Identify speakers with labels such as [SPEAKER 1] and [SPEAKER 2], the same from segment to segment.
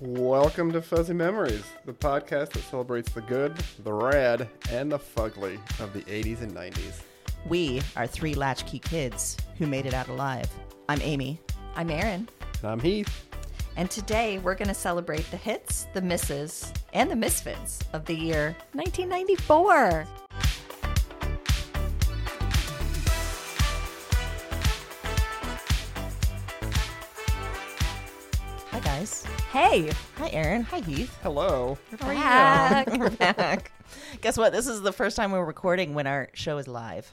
[SPEAKER 1] welcome to Fuzzy Memories, the podcast that celebrates the good, the rad, and the fugly of the 80s and 90s.
[SPEAKER 2] We are three latchkey kids who made it out alive. I'm Amy.
[SPEAKER 3] I'm Erin,
[SPEAKER 1] And I'm Heath.
[SPEAKER 3] and today we're going to celebrate the hits, the misses, and the misfits of the year 1994.
[SPEAKER 2] Hi, guys.
[SPEAKER 3] Hey,
[SPEAKER 2] Hi, Aaron. Hi, Heath.
[SPEAKER 1] Hello.
[SPEAKER 3] we're back. we're back.
[SPEAKER 2] Guess what? This is the first time we're recording when our show is live.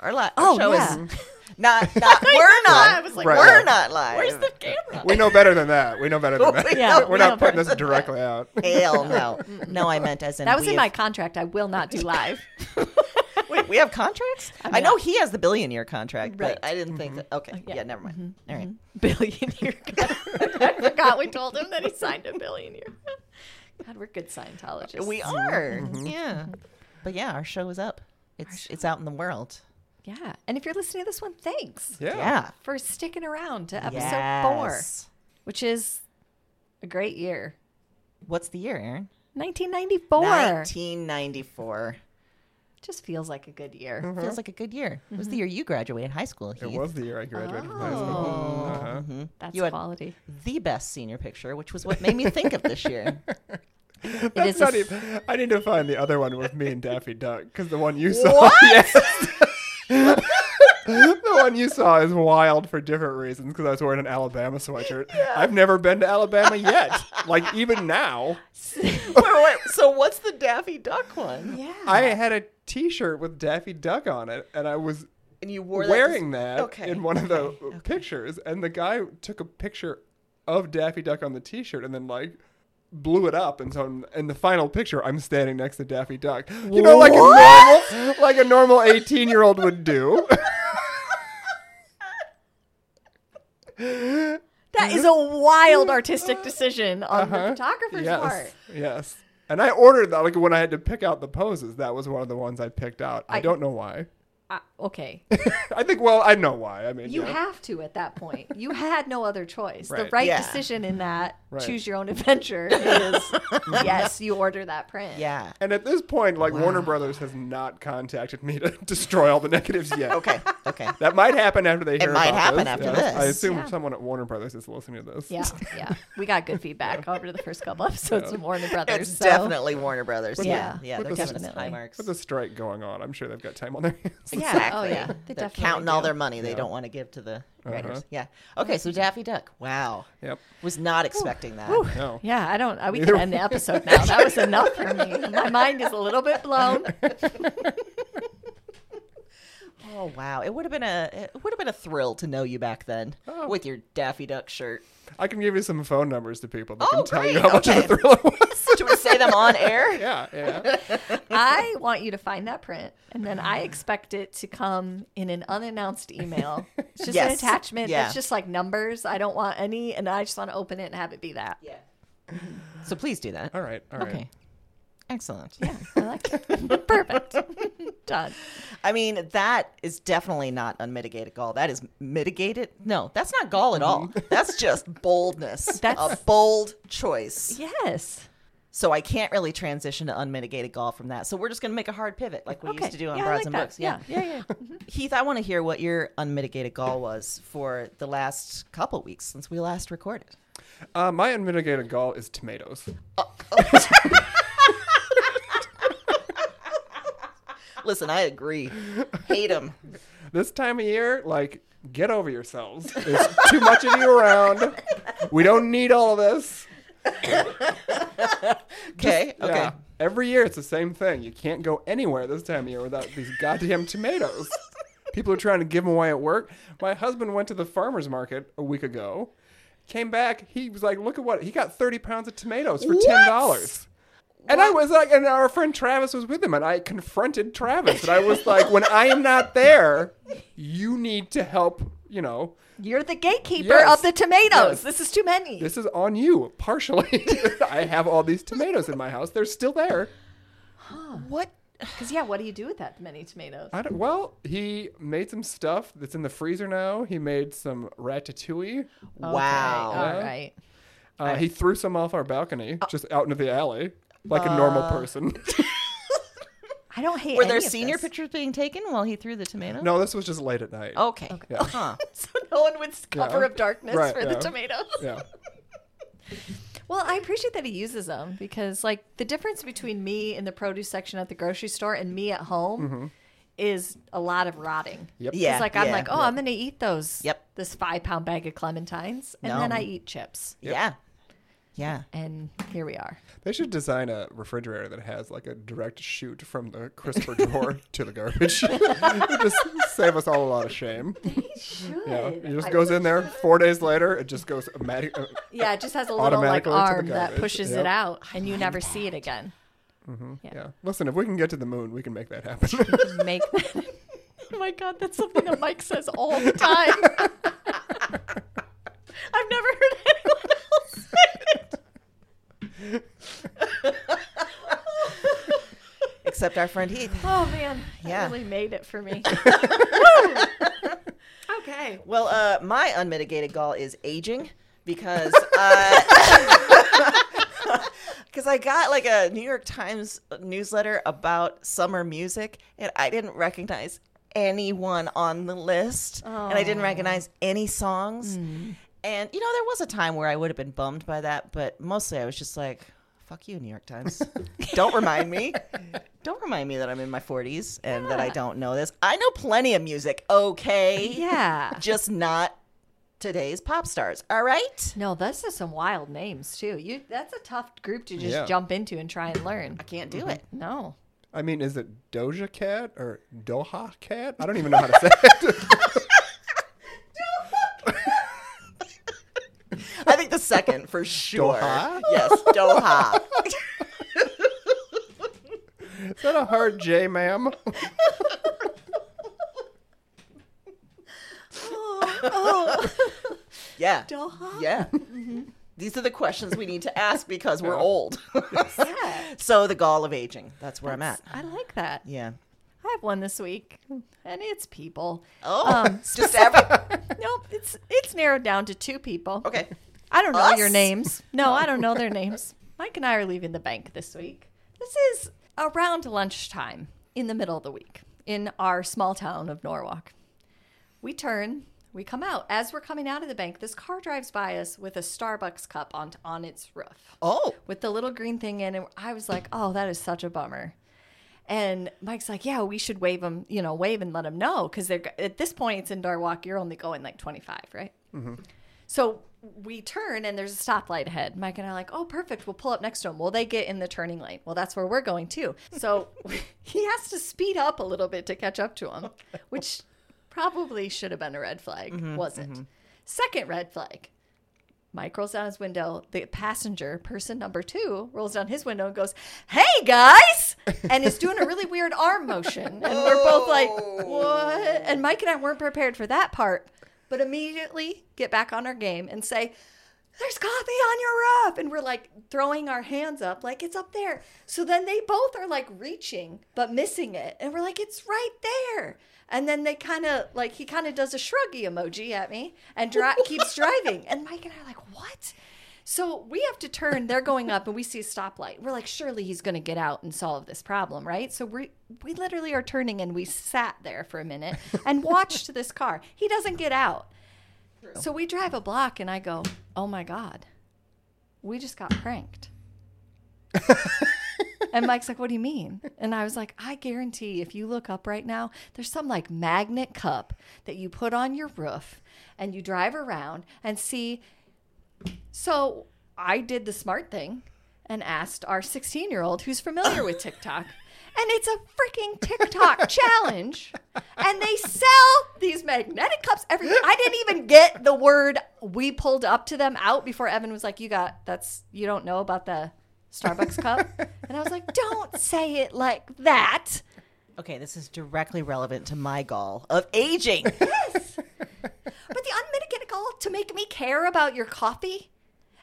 [SPEAKER 2] Our, li- our
[SPEAKER 3] Oh,
[SPEAKER 2] show
[SPEAKER 3] yeah.
[SPEAKER 2] is not, not we're not,
[SPEAKER 1] Right.
[SPEAKER 2] we're not live.
[SPEAKER 3] camera?
[SPEAKER 1] We know better than that. We know better than that.
[SPEAKER 2] Yeah,
[SPEAKER 1] We're not putting this directly out.
[SPEAKER 2] Hell no. No, I meant as in
[SPEAKER 3] That was
[SPEAKER 2] we
[SPEAKER 3] in my
[SPEAKER 2] have-
[SPEAKER 3] contract. I will not do live.
[SPEAKER 2] Wait, we have contracts? I,
[SPEAKER 3] mean,
[SPEAKER 2] know he has the billion year contract,
[SPEAKER 3] Right.
[SPEAKER 2] but I didn't think that. Okay. Yeah, Mm-hmm. never mind. All right.
[SPEAKER 3] billionaire. I forgot we told him that he signed a billionaire. God, we're good Scientologists.
[SPEAKER 2] We are. Mm-hmm. Yeah. But yeah, our show is up. It's it's out in the world.
[SPEAKER 3] Yeah. And if you're listening to this one, thanks
[SPEAKER 1] Yeah.
[SPEAKER 2] Yeah.
[SPEAKER 3] for sticking around to episode four,
[SPEAKER 2] Yes.
[SPEAKER 3] which is a great year.
[SPEAKER 2] What's the year, Aaron?
[SPEAKER 3] 1994.
[SPEAKER 2] 1994.
[SPEAKER 3] Just feels like a good year.
[SPEAKER 2] Feels like a good year. It was the year you graduated high school.
[SPEAKER 1] It
[SPEAKER 2] Heath.
[SPEAKER 1] was the year I graduated from high school. Uh-huh.
[SPEAKER 3] Oh, That's
[SPEAKER 2] You had-
[SPEAKER 3] quality.
[SPEAKER 2] the best senior picture, which was what made me think of this year.
[SPEAKER 3] It
[SPEAKER 1] That's
[SPEAKER 3] is. a
[SPEAKER 1] not
[SPEAKER 3] f-
[SPEAKER 1] even, I need to find the other one with me and Daffy Duck because the one you saw. Yes. the one you saw is wild for different reasons because I was wearing an Alabama sweatshirt. I've never been to Alabama yet. like even now,
[SPEAKER 2] wait, wait, so what's the Daffy Duck one?
[SPEAKER 3] yeah.
[SPEAKER 1] I had a T-shirt with Daffy Duck on it, and I was
[SPEAKER 2] And you wore
[SPEAKER 1] wearing that,
[SPEAKER 2] okay,
[SPEAKER 1] in one of the pictures, and the guy took a picture of Daffy Duck on the T-shirt, and then like blew it up, and so in, in the final picture, I'm standing next to Daffy Duck. You know, like a normal, like a normal 18 year old would do.
[SPEAKER 3] that is a wild artistic decision on the photographer's
[SPEAKER 1] Mm-hmm. Uh-huh. yes,
[SPEAKER 3] part.
[SPEAKER 1] yes. And I ordered that like when I had to pick out the poses. That was one of the ones I picked out. I,
[SPEAKER 3] I-
[SPEAKER 1] don't know why.
[SPEAKER 3] Uh, okay,
[SPEAKER 1] I think well, I know why. I mean,
[SPEAKER 3] you
[SPEAKER 1] yeah.
[SPEAKER 3] have to at that point. You had no other choice. The
[SPEAKER 1] Right.
[SPEAKER 3] right
[SPEAKER 2] Yeah.
[SPEAKER 3] decision in that
[SPEAKER 1] Right.
[SPEAKER 3] choose your own adventure is yes, you order that print.
[SPEAKER 2] Yeah.
[SPEAKER 1] And at this point, like Warner Brothers has not contacted me to destroy all the negatives yet.
[SPEAKER 2] Okay. Okay.
[SPEAKER 1] That might happen after they hear
[SPEAKER 2] might
[SPEAKER 1] about
[SPEAKER 2] happen
[SPEAKER 1] this.
[SPEAKER 2] after
[SPEAKER 1] yes. I
[SPEAKER 2] this.
[SPEAKER 1] assume
[SPEAKER 3] Yeah.
[SPEAKER 1] someone at Warner Brothers is listening to this.
[SPEAKER 3] Yeah, yeah. We got good feedback over the first couple episodes of Warner Brothers.
[SPEAKER 2] It's
[SPEAKER 3] so-
[SPEAKER 2] definitely Warner Brothers. Yeah.
[SPEAKER 3] Yeah.
[SPEAKER 2] Yeah.
[SPEAKER 1] With
[SPEAKER 2] They're
[SPEAKER 1] the-
[SPEAKER 2] giving us high
[SPEAKER 3] Definitely.
[SPEAKER 2] marks.
[SPEAKER 1] With the strike going on, I'm sure they've got time on their hands.
[SPEAKER 3] Yeah.
[SPEAKER 2] Exactly.
[SPEAKER 3] Oh, yeah. They
[SPEAKER 2] They are
[SPEAKER 3] definitely
[SPEAKER 2] counting all
[SPEAKER 3] do. Mm-hmm.
[SPEAKER 2] their money they don't want to give to the writers. Yeah. Okay. So Daffy Duck. Wow.
[SPEAKER 1] Yep.
[SPEAKER 2] Was not expecting that.
[SPEAKER 3] Whew.
[SPEAKER 1] No.
[SPEAKER 3] Yeah, I don't. I, we
[SPEAKER 1] Neither
[SPEAKER 3] can end the episode now. That was enough for me. My mind is a little bit blown.
[SPEAKER 2] Oh wow! It would have been a it would have been a thrill to know you back then with your Daffy Duck shirt.
[SPEAKER 1] I can give you some phone numbers to people that can
[SPEAKER 2] Oh,
[SPEAKER 1] tell you
[SPEAKER 2] great.
[SPEAKER 1] how much of
[SPEAKER 2] Okay.
[SPEAKER 1] a thrill it was.
[SPEAKER 2] Do we say them on air?
[SPEAKER 1] yeah, yeah.
[SPEAKER 3] I want you to find that print, and then I expect it to come in an unannounced email. It's just an
[SPEAKER 2] Yes.
[SPEAKER 3] attachment.
[SPEAKER 2] Yeah.
[SPEAKER 3] It's just like numbers. I don't want any, and I just want to open it and have it be that.
[SPEAKER 2] Yeah. So please do that.
[SPEAKER 1] All right, all right.
[SPEAKER 2] Okay. Excellent.
[SPEAKER 3] Yeah, I like it. Perfect. Done.
[SPEAKER 2] I mean, that is definitely not unmitigated gall. That is mitigated. No, that's not gall at all. That's just boldness. a
[SPEAKER 3] Mm-hmm. That's-
[SPEAKER 2] bold choice.
[SPEAKER 3] Yes.
[SPEAKER 2] So I can't really transition to unmitigated gall from that. So we're just going to make a hard pivot like we
[SPEAKER 3] Okay.
[SPEAKER 2] used to do on
[SPEAKER 3] Yeah, I
[SPEAKER 2] Bras
[SPEAKER 3] like
[SPEAKER 2] and
[SPEAKER 3] that.
[SPEAKER 2] Books. Yeah.
[SPEAKER 3] Yeah. Mm-hmm.
[SPEAKER 2] Heath, I want to hear what your unmitigated gall was for the last couple weeks since we last recorded.
[SPEAKER 1] Uh, my unmitigated gall is tomatoes.
[SPEAKER 2] Listen, I agree. Hate him.
[SPEAKER 1] This time of year, like, get over yourselves. There's too much of you around. We don't need all of this.
[SPEAKER 2] Okay. Okay.
[SPEAKER 1] Yeah. Every year it's the same thing. You can't go anywhere this time of year without these goddamn tomatoes. People are trying to give them away at work. My husband went to the farmer's market a week ago, came back. He was like, look at what, he got 30 pounds of tomatoes for $10. And I was like, and our friend Travis was with him, and I confronted Travis, and I was like, when I am not there, you need to help, you know,
[SPEAKER 3] You're the gatekeeper
[SPEAKER 1] Yes.
[SPEAKER 3] of the tomatoes.
[SPEAKER 1] Yes.
[SPEAKER 3] This is too many.
[SPEAKER 1] this is on you, partially. I have all these tomatoes in my house, they're still there.
[SPEAKER 2] What?
[SPEAKER 3] Because, yeah, what do you do with that many tomatoes?
[SPEAKER 1] I don't, well, he made some stuff that's in the freezer now. He made some ratatouille.
[SPEAKER 3] Okay, uh,
[SPEAKER 2] Wow.
[SPEAKER 3] All right.
[SPEAKER 1] Uh, he threw some off our balcony, just out into the alley, like a normal person.
[SPEAKER 3] I don't hate.
[SPEAKER 2] Were there
[SPEAKER 3] any of
[SPEAKER 2] senior
[SPEAKER 3] this.
[SPEAKER 2] pictures being taken while he threw the tomato?
[SPEAKER 1] no, this was just late at night.
[SPEAKER 2] Okay.
[SPEAKER 1] Yeah.
[SPEAKER 2] Huh.
[SPEAKER 3] So no one would cover
[SPEAKER 1] Yeah.
[SPEAKER 3] of darkness
[SPEAKER 1] Right,
[SPEAKER 3] for
[SPEAKER 1] yeah.
[SPEAKER 3] the tomatoes.
[SPEAKER 1] Yeah.
[SPEAKER 3] Well, I appreciate that he uses them because, like, the difference between me in the produce section at the grocery store and me at home is a lot of rotting.
[SPEAKER 1] Yep.
[SPEAKER 2] Yeah.
[SPEAKER 3] It's like I'm like, oh, I'm gonna eat those.
[SPEAKER 2] Yep.
[SPEAKER 3] This five pound bag of clementines, and
[SPEAKER 2] No.
[SPEAKER 3] then I eat chips,
[SPEAKER 2] Yeah. Yeah.
[SPEAKER 3] and here we are.
[SPEAKER 1] They should design a refrigerator that has like a direct shoot from the crisper drawer to the garbage. It'd just save us all a lot of shame. Yeah, it just goes in there. Four days later, it just goes. Automatic- uh,
[SPEAKER 3] Yeah, it just has a little like
[SPEAKER 1] Automatically to the
[SPEAKER 3] arm that
[SPEAKER 1] garbage.
[SPEAKER 3] pushes
[SPEAKER 1] Yep.
[SPEAKER 3] it out, and you never see it again.
[SPEAKER 1] mm-hmm. yeah. Listen, if we can get to the moon, we can make that happen.
[SPEAKER 3] Make. oh my god, that's something that Mike says all the time. I've never heard anyone else say it.
[SPEAKER 2] Except our friend Heath.
[SPEAKER 3] Oh man, that
[SPEAKER 2] Yeah.
[SPEAKER 3] really made it for me. okay.
[SPEAKER 2] Well, uh, my unmitigated gall is aging because because I got like a New York Times newsletter about summer music, and I didn't recognize anyone on the list, and I didn't recognize any songs.
[SPEAKER 3] Hmm.
[SPEAKER 2] And you know, there was a time where I would have been bummed by that, but mostly I was just like, "Fuck you, New York Times! Don't remind me." Don't remind me that I'm in my 40s and that I
[SPEAKER 3] Yeah.
[SPEAKER 2] don't know this. I know plenty of music, okay?
[SPEAKER 3] Yeah.
[SPEAKER 2] just not today's pop stars. All right?
[SPEAKER 3] No, those are some wild names too. You that's a tough group to just
[SPEAKER 1] Yeah.
[SPEAKER 3] jump into and try and learn.
[SPEAKER 2] I can't do it.
[SPEAKER 3] No.
[SPEAKER 1] I mean, is it Doja Cat or Doha Cat? I don't even know how to say it.
[SPEAKER 2] I think the second for sure.
[SPEAKER 1] Doha?
[SPEAKER 2] Yes, Doha.
[SPEAKER 1] Is that a hard J, ma'am?
[SPEAKER 3] Oh,
[SPEAKER 2] Yeah.
[SPEAKER 3] Doha?
[SPEAKER 2] Yeah. Mm-hmm. These are the questions we need to ask because we're
[SPEAKER 1] Yeah.
[SPEAKER 2] old.
[SPEAKER 3] Yeah.
[SPEAKER 2] so the gall of aging. That's where I'm at.
[SPEAKER 3] I like that.
[SPEAKER 2] Yeah.
[SPEAKER 3] I have one this week. And it's people.
[SPEAKER 2] Oh,
[SPEAKER 3] Um,
[SPEAKER 2] just every.
[SPEAKER 3] Nope, it's it's narrowed down to two people.
[SPEAKER 2] Okay.
[SPEAKER 3] I don't know your
[SPEAKER 2] Us?
[SPEAKER 3] names. No, I don't know their names. Mike and I are leaving the bank this week. This is around lunchtime in the middle of the week in our small town of Norwalk. We turn, we come out. As we're coming out of the bank, this car drives by us with a Starbucks cup on, on its roof
[SPEAKER 2] Oh,
[SPEAKER 3] with the little green thing in it. I was like, oh, that is such a bummer. And Mike's like, yeah, we should wave them, you know, wave and let them know because they're at this point it's in Darwalk. You're only going like 25, right? So we turn and there's a stoplight ahead. Mike and I are like, oh, perfect. We'll pull up next to him. Well, they get in the turning lane. Well, that's where we're going too. So he has to speed up a little bit to catch up to him, which probably should have been a red flag, wasn't. Second red flag. Mike rolls down his window. The passenger, person number two, rolls down his window and goes, Hey guys! And is doing a really weird arm motion. And we're both like, What? And Mike and I weren't prepared for that part, but immediately get back on our game and say, There's coffee on your roof. And we're like throwing our hands up, like it's up there. So then they both are like reaching, but missing it. And we're like, It's right there. And then they kind of like he kind of does a shruggy emoji at me and dri- keeps driving. And Mike and I are like, what? So we have to turn. They're going up, and we see a stoplight. We're like, surely he's going to get out and solve this problem, right? So we we literally are turning, and we sat there for a minute and watched this car. He doesn't get out. So we drive a block, and I go, oh my god, we just got pranked. And Mike's like, "What do you mean?" And I was like, "I guarantee if you look up right now, there's some like magnet cup that you put on your roof and you drive around and see." So, I did the smart thing and asked our 16-year-old who's familiar with TikTok. And it's a freaking TikTok challenge. And they sell these magnetic cups everywhere. I didn't even get the word we pulled up to them out before Evan was like, You got that's you don't know about the Starbucks cup. And I was like, don't say it like that.
[SPEAKER 2] okay. This is directly relevant to my gall of aging.
[SPEAKER 3] But the unmitigated gall to make me care about your coffee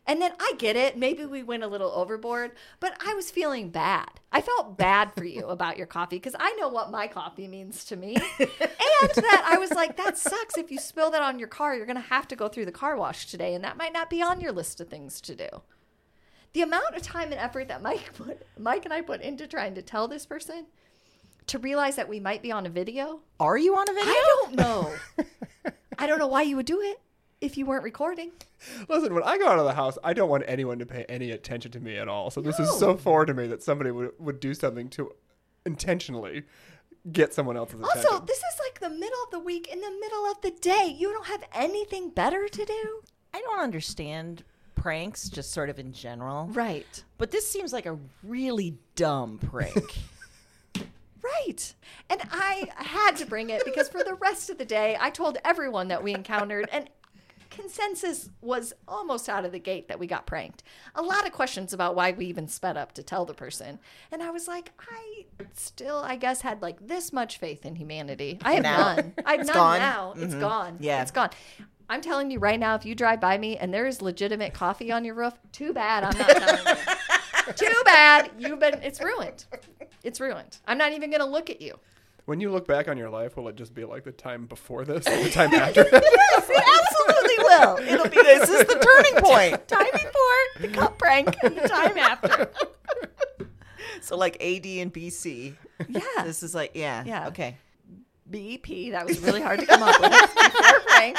[SPEAKER 3] And then I get it. Maybe we went a little overboard, but I was feeling bad. I felt bad for you about your coffee because I know what my coffee means to me. and that I was like, that sucks. If you spill that on your car, you're going to have to go through the car wash today. And that might not be on your list of things to do. The amount of time and effort that Mike put, Mike and I put into trying to tell this person to realize that we might be on a video.
[SPEAKER 2] Are you on a video?
[SPEAKER 3] I don't know. I don't know why you would do it if you weren't recording.
[SPEAKER 1] Listen, when I go out of the house, I don't want anyone to pay any attention to me at all. So this is so foreign to me that somebody would, would do something to intentionally get someone else's attention.
[SPEAKER 3] Also, this is like the middle of the week, in the middle of the day. You don't have anything better to do.
[SPEAKER 2] I don't understand pranks just sort of in general.
[SPEAKER 3] Right.
[SPEAKER 2] But this seems like a really dumb prank.
[SPEAKER 3] Right. And I had to bring it because for the rest of the day, I told everyone that we encountered, and consensus was almost out of the gate that we got pranked. A lot of questions about why we even sped up to tell the person. And I was like, I still, I guess, had like this much faith in humanity. I have
[SPEAKER 2] Now.
[SPEAKER 3] none. I have none
[SPEAKER 2] gone. Mm-hmm.
[SPEAKER 3] now. It's gone.
[SPEAKER 2] Yeah.
[SPEAKER 3] It's gone. I'm telling you right now, if you drive by me and there is legitimate coffee on your roof, too bad I'm not telling you. Too bad. You've been it's ruined. It's ruined. I'm not even gonna look at you.
[SPEAKER 1] when you look back on your life, will it just be like the time before this or the time after that?
[SPEAKER 3] Yes, it absolutely will.
[SPEAKER 2] It'll be this is the turning point.
[SPEAKER 3] Time before the cup prank and the time after.
[SPEAKER 2] So like AD and BC.
[SPEAKER 3] Yeah.
[SPEAKER 2] This is like yeah.
[SPEAKER 3] Yeah.
[SPEAKER 2] Okay.
[SPEAKER 3] BEP, E that was really hard to come up with. Before prank.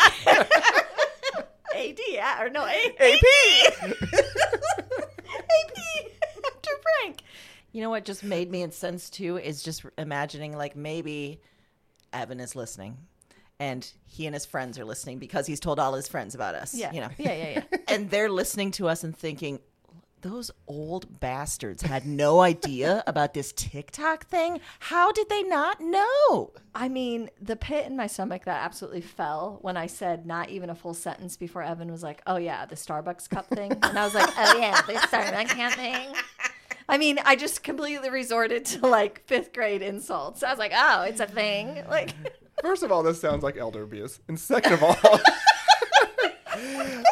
[SPEAKER 3] AD, yeah, or no, A- AP. AP after prank.
[SPEAKER 2] You know what just made me incensed too is just imagining like maybe Evan is listening and he and his friends are listening because he's told all his friends about us.
[SPEAKER 3] Yeah.
[SPEAKER 2] You know.
[SPEAKER 3] Yeah, yeah, yeah.
[SPEAKER 2] and they're listening to us and thinking those old bastards had no idea about this TikTok thing. How did they not know?
[SPEAKER 3] I mean, the pit in my stomach that absolutely fell when I said not even a full sentence before Evan was like, "Oh yeah, the Starbucks cup thing," and I was like, "Oh yeah, the Starbucks cup thing." I mean, I just completely resorted to like fifth grade insults. I was like, "Oh, it's a thing." Like,
[SPEAKER 1] First of all, this sounds like elder abuse. And second of all,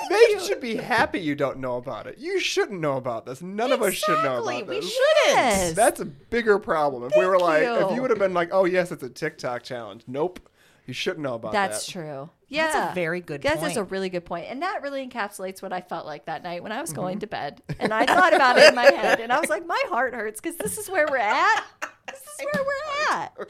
[SPEAKER 1] they should be happy you don't know about it. You shouldn't know about this. None of us should know
[SPEAKER 3] Exactly,
[SPEAKER 1] about
[SPEAKER 3] we
[SPEAKER 1] this.
[SPEAKER 3] shouldn't.
[SPEAKER 1] That's a bigger problem. If we were
[SPEAKER 3] Thank
[SPEAKER 1] like, if
[SPEAKER 3] you.
[SPEAKER 1] you would have been like, oh, yes, it's a TikTok challenge. Nope. You shouldn't know about
[SPEAKER 3] That's
[SPEAKER 1] that.
[SPEAKER 3] true. Yeah.
[SPEAKER 2] That's a very good
[SPEAKER 3] That's
[SPEAKER 2] point.
[SPEAKER 3] a really good point. And that really encapsulates what I felt like that night when I was
[SPEAKER 2] Mm-hmm.
[SPEAKER 3] going to bed. And I thought about it in my head. And I was like, my heart hurts because this is where we're at. This is where we're at.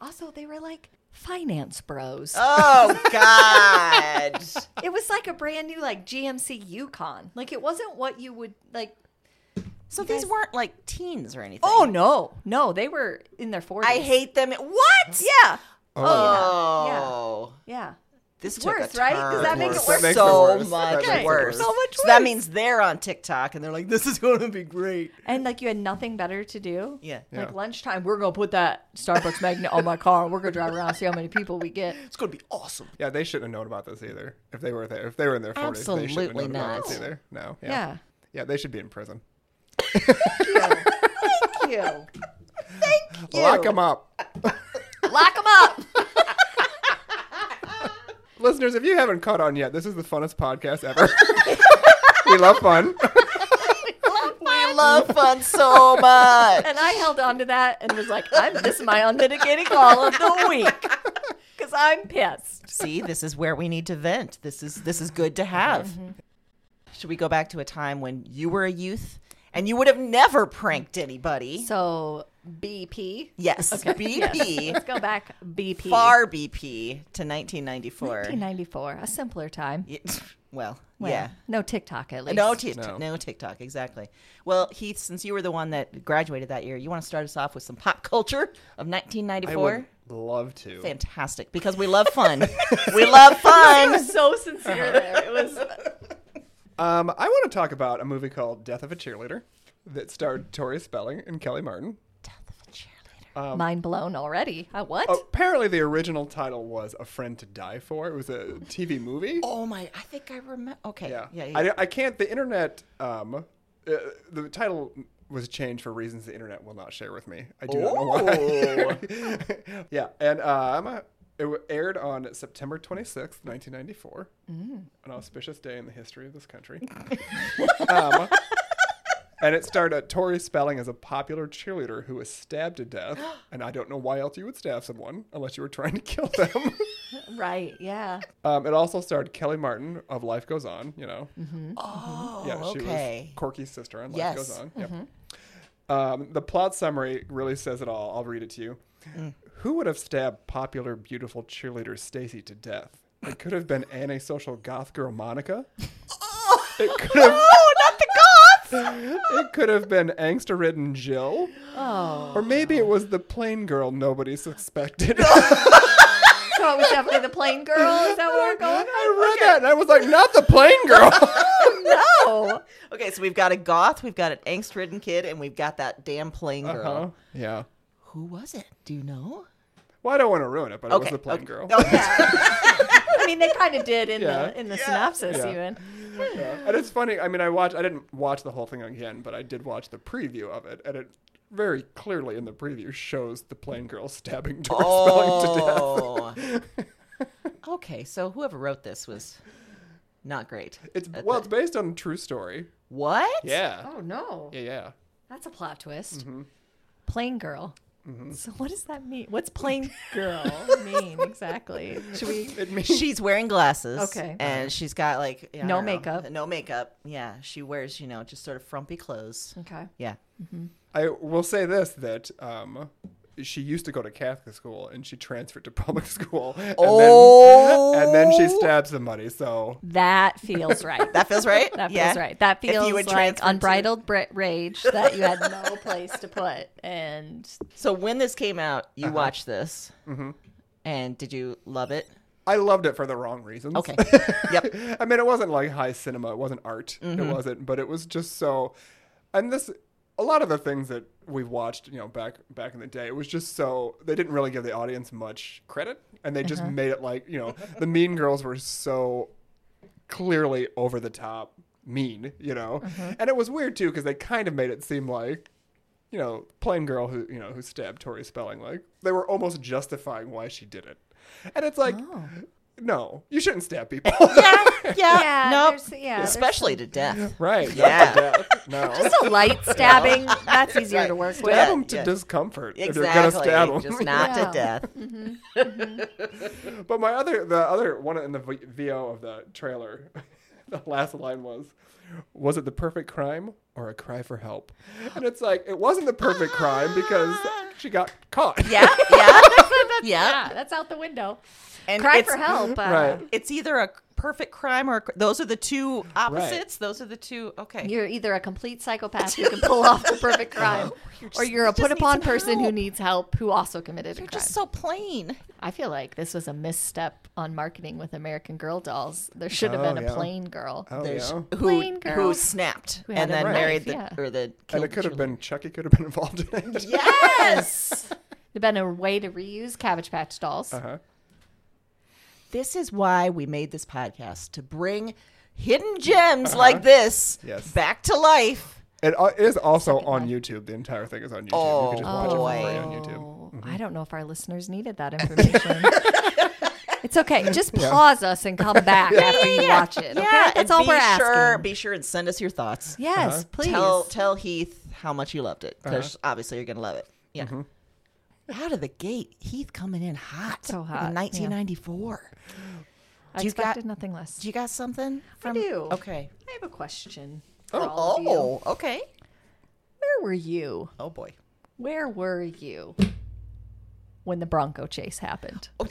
[SPEAKER 3] Also, they were like finance bros.
[SPEAKER 2] Oh God.
[SPEAKER 3] It was like a brand new, like GMC Yukon. Like, it wasn't what you would like.
[SPEAKER 2] so
[SPEAKER 3] You
[SPEAKER 2] these
[SPEAKER 3] guys-
[SPEAKER 2] weren't like teens or anything.
[SPEAKER 3] Oh, no. No, they were in their 40s.
[SPEAKER 2] I hate them. What?
[SPEAKER 3] Yeah.
[SPEAKER 2] Oh.
[SPEAKER 3] Yeah.
[SPEAKER 2] This
[SPEAKER 3] It's
[SPEAKER 2] took
[SPEAKER 3] worse,
[SPEAKER 2] a
[SPEAKER 3] right?
[SPEAKER 2] turn.
[SPEAKER 3] Does that make it
[SPEAKER 1] That worse? makes it
[SPEAKER 2] so
[SPEAKER 1] worse. That
[SPEAKER 2] much
[SPEAKER 1] makes it
[SPEAKER 2] worse.
[SPEAKER 1] worse. So
[SPEAKER 3] much
[SPEAKER 2] So that
[SPEAKER 3] worse.
[SPEAKER 2] means they're on TikTok and they're like, "This is going to be great."
[SPEAKER 3] And like, you had nothing better to do.
[SPEAKER 2] Yeah,
[SPEAKER 1] Yeah.
[SPEAKER 3] Like lunchtime, we're gonna put that Starbucks magnet on my car. and We're gonna drive around and see how many people we get.
[SPEAKER 2] it's going to be awesome.
[SPEAKER 1] Yeah, they shouldn't have known about this either. If they were there, if they were in their forties, they shouldn't
[SPEAKER 2] Absolutely
[SPEAKER 1] have known about
[SPEAKER 2] not.
[SPEAKER 1] this either. No. Yeah.
[SPEAKER 3] Yeah.
[SPEAKER 1] Yeah, they should be in prison.
[SPEAKER 3] Thank you.
[SPEAKER 1] Lock 'em Lock them up.
[SPEAKER 3] uh, Lock them up.
[SPEAKER 1] Listeners, if you haven't caught on yet, this is the funnest podcast ever. we love fun.
[SPEAKER 2] We love fun so much.
[SPEAKER 3] And I held on to that and was like, I'm, "This is my unmitigated call of the week," because I'm pissed.
[SPEAKER 2] See, this is where we need to vent. This is this is good to have. Should we go back to a time when you were a youth and you would have never pranked anybody?
[SPEAKER 3] So BP.
[SPEAKER 2] yes, BP,
[SPEAKER 3] Let's go back. BP.
[SPEAKER 2] far BP to 1994.
[SPEAKER 3] 1994, a simpler time.
[SPEAKER 2] Yeah, well,
[SPEAKER 3] Well,
[SPEAKER 2] yeah.
[SPEAKER 3] No TikTok at least.
[SPEAKER 2] No, TikTok,
[SPEAKER 1] No.
[SPEAKER 2] no TikTok, exactly. Well, Heath, since you were the one that graduated that year, you want to start us off with some pop culture of 1994?
[SPEAKER 1] love to.
[SPEAKER 2] Fantastic, because we love fun. we love fun.
[SPEAKER 3] so sincere there. It was.
[SPEAKER 1] Um, I want to talk about a movie called Death of a Cheerleader that starred Tori Spelling and Kelly Martin.
[SPEAKER 3] Mind blown already. Uh, what?
[SPEAKER 1] Apparently, the original title was A Friend to Die For. It was a TV movie.
[SPEAKER 2] Oh my! I think I remember. Okay.
[SPEAKER 1] Yeah.
[SPEAKER 2] Yeah. Yeah.
[SPEAKER 1] I, I can't. The internet. Um, uh, the title was changed for
[SPEAKER 2] Oh.
[SPEAKER 1] reasons the internet will not share with me. I do not know why. yeah, and um, It wa- aired on September 26th, 1994,
[SPEAKER 2] Mm.
[SPEAKER 1] an auspicious day in the history of this country. um, and it starred at Tori Spelling as a popular cheerleader who was stabbed to death. And I don't know why else you would stab someone unless you were trying to kill them.
[SPEAKER 3] Right. Yeah.
[SPEAKER 1] um, it also starred Kelly Martin of Life Goes On, you know.
[SPEAKER 2] Mm-hmm. Oh,
[SPEAKER 1] Yeah, she
[SPEAKER 2] okay.
[SPEAKER 1] was Corky's sister on Life
[SPEAKER 2] Yes. Mm-hmm.
[SPEAKER 1] Goes On. Yep. Um, the plot summary really says it all. I'll read it to you.
[SPEAKER 2] Mm.
[SPEAKER 1] Who would have stabbed popular, beautiful cheerleader Stacy to death? It could have been antisocial goth girl Monica. It could have.
[SPEAKER 2] not the gods.
[SPEAKER 1] It could have been angster-ridden Jill,
[SPEAKER 3] Oh.
[SPEAKER 1] or maybe it was the plain girl nobody suspected.
[SPEAKER 3] So it was definitely the plain girl. Is that where we're going?
[SPEAKER 1] I read that and I was like, not the plain girl.
[SPEAKER 3] No.
[SPEAKER 2] Okay, so we've got a goth, we've got an angst-ridden kid, and we've got that damn plain girl.
[SPEAKER 1] Uh-huh. Yeah.
[SPEAKER 2] Who was it? Do you know?
[SPEAKER 1] Well, I don't want to ruin it, but it
[SPEAKER 2] Okay,
[SPEAKER 1] was the plain
[SPEAKER 2] okay.
[SPEAKER 1] girl.
[SPEAKER 2] Okay.
[SPEAKER 3] I mean, they kind of did in
[SPEAKER 1] Yeah.
[SPEAKER 3] the in the synopsis
[SPEAKER 1] Yeah.
[SPEAKER 3] even.
[SPEAKER 1] Yeah. And it's funny. I mean, I watched. I didn't watch the whole thing again, but I did watch the preview of it, and it very clearly in the preview shows the plain girl stabbing Doris Spelling to death.
[SPEAKER 2] Oh. okay, so whoever wrote this was not great.
[SPEAKER 1] It's
[SPEAKER 2] at
[SPEAKER 1] well,
[SPEAKER 2] the-
[SPEAKER 1] it's based on a true story.
[SPEAKER 2] what?
[SPEAKER 1] Yeah.
[SPEAKER 3] Oh no.
[SPEAKER 1] Yeah, yeah.
[SPEAKER 3] That's a plot twist. Plain girl. So what does that mean? What's plain girl mean exactly? Should we?
[SPEAKER 1] It means
[SPEAKER 2] She's wearing glasses.
[SPEAKER 3] Okay.
[SPEAKER 1] Uh-huh.
[SPEAKER 2] And she's got like I
[SPEAKER 3] No
[SPEAKER 2] don't know,
[SPEAKER 3] makeup.
[SPEAKER 2] No makeup. Yeah. She wears, you know, just sort of frumpy clothes.
[SPEAKER 3] Okay.
[SPEAKER 2] Yeah.
[SPEAKER 1] I will say this that um, she used to go to Catholic school and she transferred to public school. And
[SPEAKER 2] Oh.
[SPEAKER 1] Then, and then she stabs somebody. So
[SPEAKER 3] That feels right.
[SPEAKER 2] That feels right.
[SPEAKER 3] That feels
[SPEAKER 2] Yeah.
[SPEAKER 3] right. That
[SPEAKER 2] If you
[SPEAKER 3] feels
[SPEAKER 2] would
[SPEAKER 3] like
[SPEAKER 2] transfer to-
[SPEAKER 3] unbridled bra- rage that you had no place to put. And
[SPEAKER 2] So when this came out, you
[SPEAKER 1] Uh-huh.
[SPEAKER 2] watched this.
[SPEAKER 1] Mm-hmm.
[SPEAKER 2] And did you love it?
[SPEAKER 1] I loved it for the wrong reasons.
[SPEAKER 2] Okay. yep.
[SPEAKER 1] I mean, it wasn't like high cinema. It wasn't art. It wasn't, but it was just so. And this, a lot of the things that we watched, you know, back back in the day, it was just so they didn't really give the audience much credit, and they just made it like you know the Mean Girls were so clearly over the top mean, you know, and it was weird too because they kind of made it seem like. You know, plain girl who you know who stabbed Tori Spelling. Like they were almost justifying why she did it, and it's like, no, you shouldn't stab people.
[SPEAKER 2] Yeah. Yeah.
[SPEAKER 3] Yeah,
[SPEAKER 2] nope.
[SPEAKER 3] there's- yeah, there's
[SPEAKER 2] Especially to death.
[SPEAKER 1] Right. not to
[SPEAKER 2] Yeah.
[SPEAKER 1] death, No.
[SPEAKER 3] just a light stabbing. That's easier to work with.
[SPEAKER 1] stab them to
[SPEAKER 2] yeah.
[SPEAKER 1] discomfort if you're
[SPEAKER 2] Exactly.
[SPEAKER 1] gonna stab them.
[SPEAKER 2] Just not
[SPEAKER 3] Yeah.
[SPEAKER 2] to death.
[SPEAKER 1] But my other, the other one in the v- VO of the trailer, the last line was, "Was it the perfect crime or a cry for help?" And it's like it wasn't the perfect crime because she got caught.
[SPEAKER 2] Ah. Yeah. Yeah. yeah.
[SPEAKER 3] Yeah, that's out the window.
[SPEAKER 2] And
[SPEAKER 3] Cry
[SPEAKER 2] it's-
[SPEAKER 3] for help. Uh,
[SPEAKER 1] Mm-hmm. Right.
[SPEAKER 2] It's either a perfect crime or a, cr- those are the two opposites. Those are the two. Okay.
[SPEAKER 3] You're either a complete psychopath who can pull off the perfect crime, or you're a
[SPEAKER 2] just
[SPEAKER 3] put upon
[SPEAKER 2] need some
[SPEAKER 3] person who
[SPEAKER 2] help.
[SPEAKER 3] needs help who also committed a crime.
[SPEAKER 2] just so plain.
[SPEAKER 3] I feel like this was a misstep on marketing with American Girl dolls. There should have been
[SPEAKER 1] Oh,
[SPEAKER 3] a
[SPEAKER 1] yeah.
[SPEAKER 3] plain girl.
[SPEAKER 1] Oh,
[SPEAKER 2] There's
[SPEAKER 1] yeah.
[SPEAKER 2] who
[SPEAKER 3] Plain girl.
[SPEAKER 2] who snapped
[SPEAKER 3] Who had
[SPEAKER 2] and
[SPEAKER 3] a
[SPEAKER 2] then
[SPEAKER 3] knife,
[SPEAKER 2] married the
[SPEAKER 3] yeah.
[SPEAKER 2] or the
[SPEAKER 1] And
[SPEAKER 2] killed
[SPEAKER 1] it could have
[SPEAKER 2] children.
[SPEAKER 1] been Chucky could have been involved in it.
[SPEAKER 2] Yes.
[SPEAKER 3] There'd been a way to reuse Cabbage Patch dolls.
[SPEAKER 1] Uh-huh.
[SPEAKER 2] this is why we made this podcast to bring hidden gems like this
[SPEAKER 1] Uh-huh. Yes.
[SPEAKER 2] back to life.
[SPEAKER 1] It uh, is also on YouTube. The entire thing is on YouTube. you can just watch it for free on
[SPEAKER 3] Oh,
[SPEAKER 1] YouTube.
[SPEAKER 3] I don't know if our listeners needed that information. it's okay. Just pause us and come back after you watch it. Okay?
[SPEAKER 2] and
[SPEAKER 3] That's all
[SPEAKER 2] be
[SPEAKER 3] we're
[SPEAKER 2] sure,
[SPEAKER 3] asking.
[SPEAKER 2] Be sure and send us your thoughts.
[SPEAKER 3] Yes, please. Uh-huh.
[SPEAKER 2] Tell tell Heath how much you loved it because obviously you're gonna love it. Yeah. Out of the gate, Heath coming in hot.
[SPEAKER 3] Mm-hmm. So
[SPEAKER 2] with
[SPEAKER 3] hot, yeah.
[SPEAKER 2] 1994.
[SPEAKER 3] I
[SPEAKER 2] you got-
[SPEAKER 3] expected nothing less.
[SPEAKER 2] Do you got something? From,
[SPEAKER 3] do.
[SPEAKER 2] Okay.
[SPEAKER 3] I have a question.
[SPEAKER 1] Oh.
[SPEAKER 3] all of you.
[SPEAKER 2] okay.
[SPEAKER 3] Where were you?
[SPEAKER 2] Oh boy.
[SPEAKER 3] Where were you when the Bronco chase happened?
[SPEAKER 2] Oh.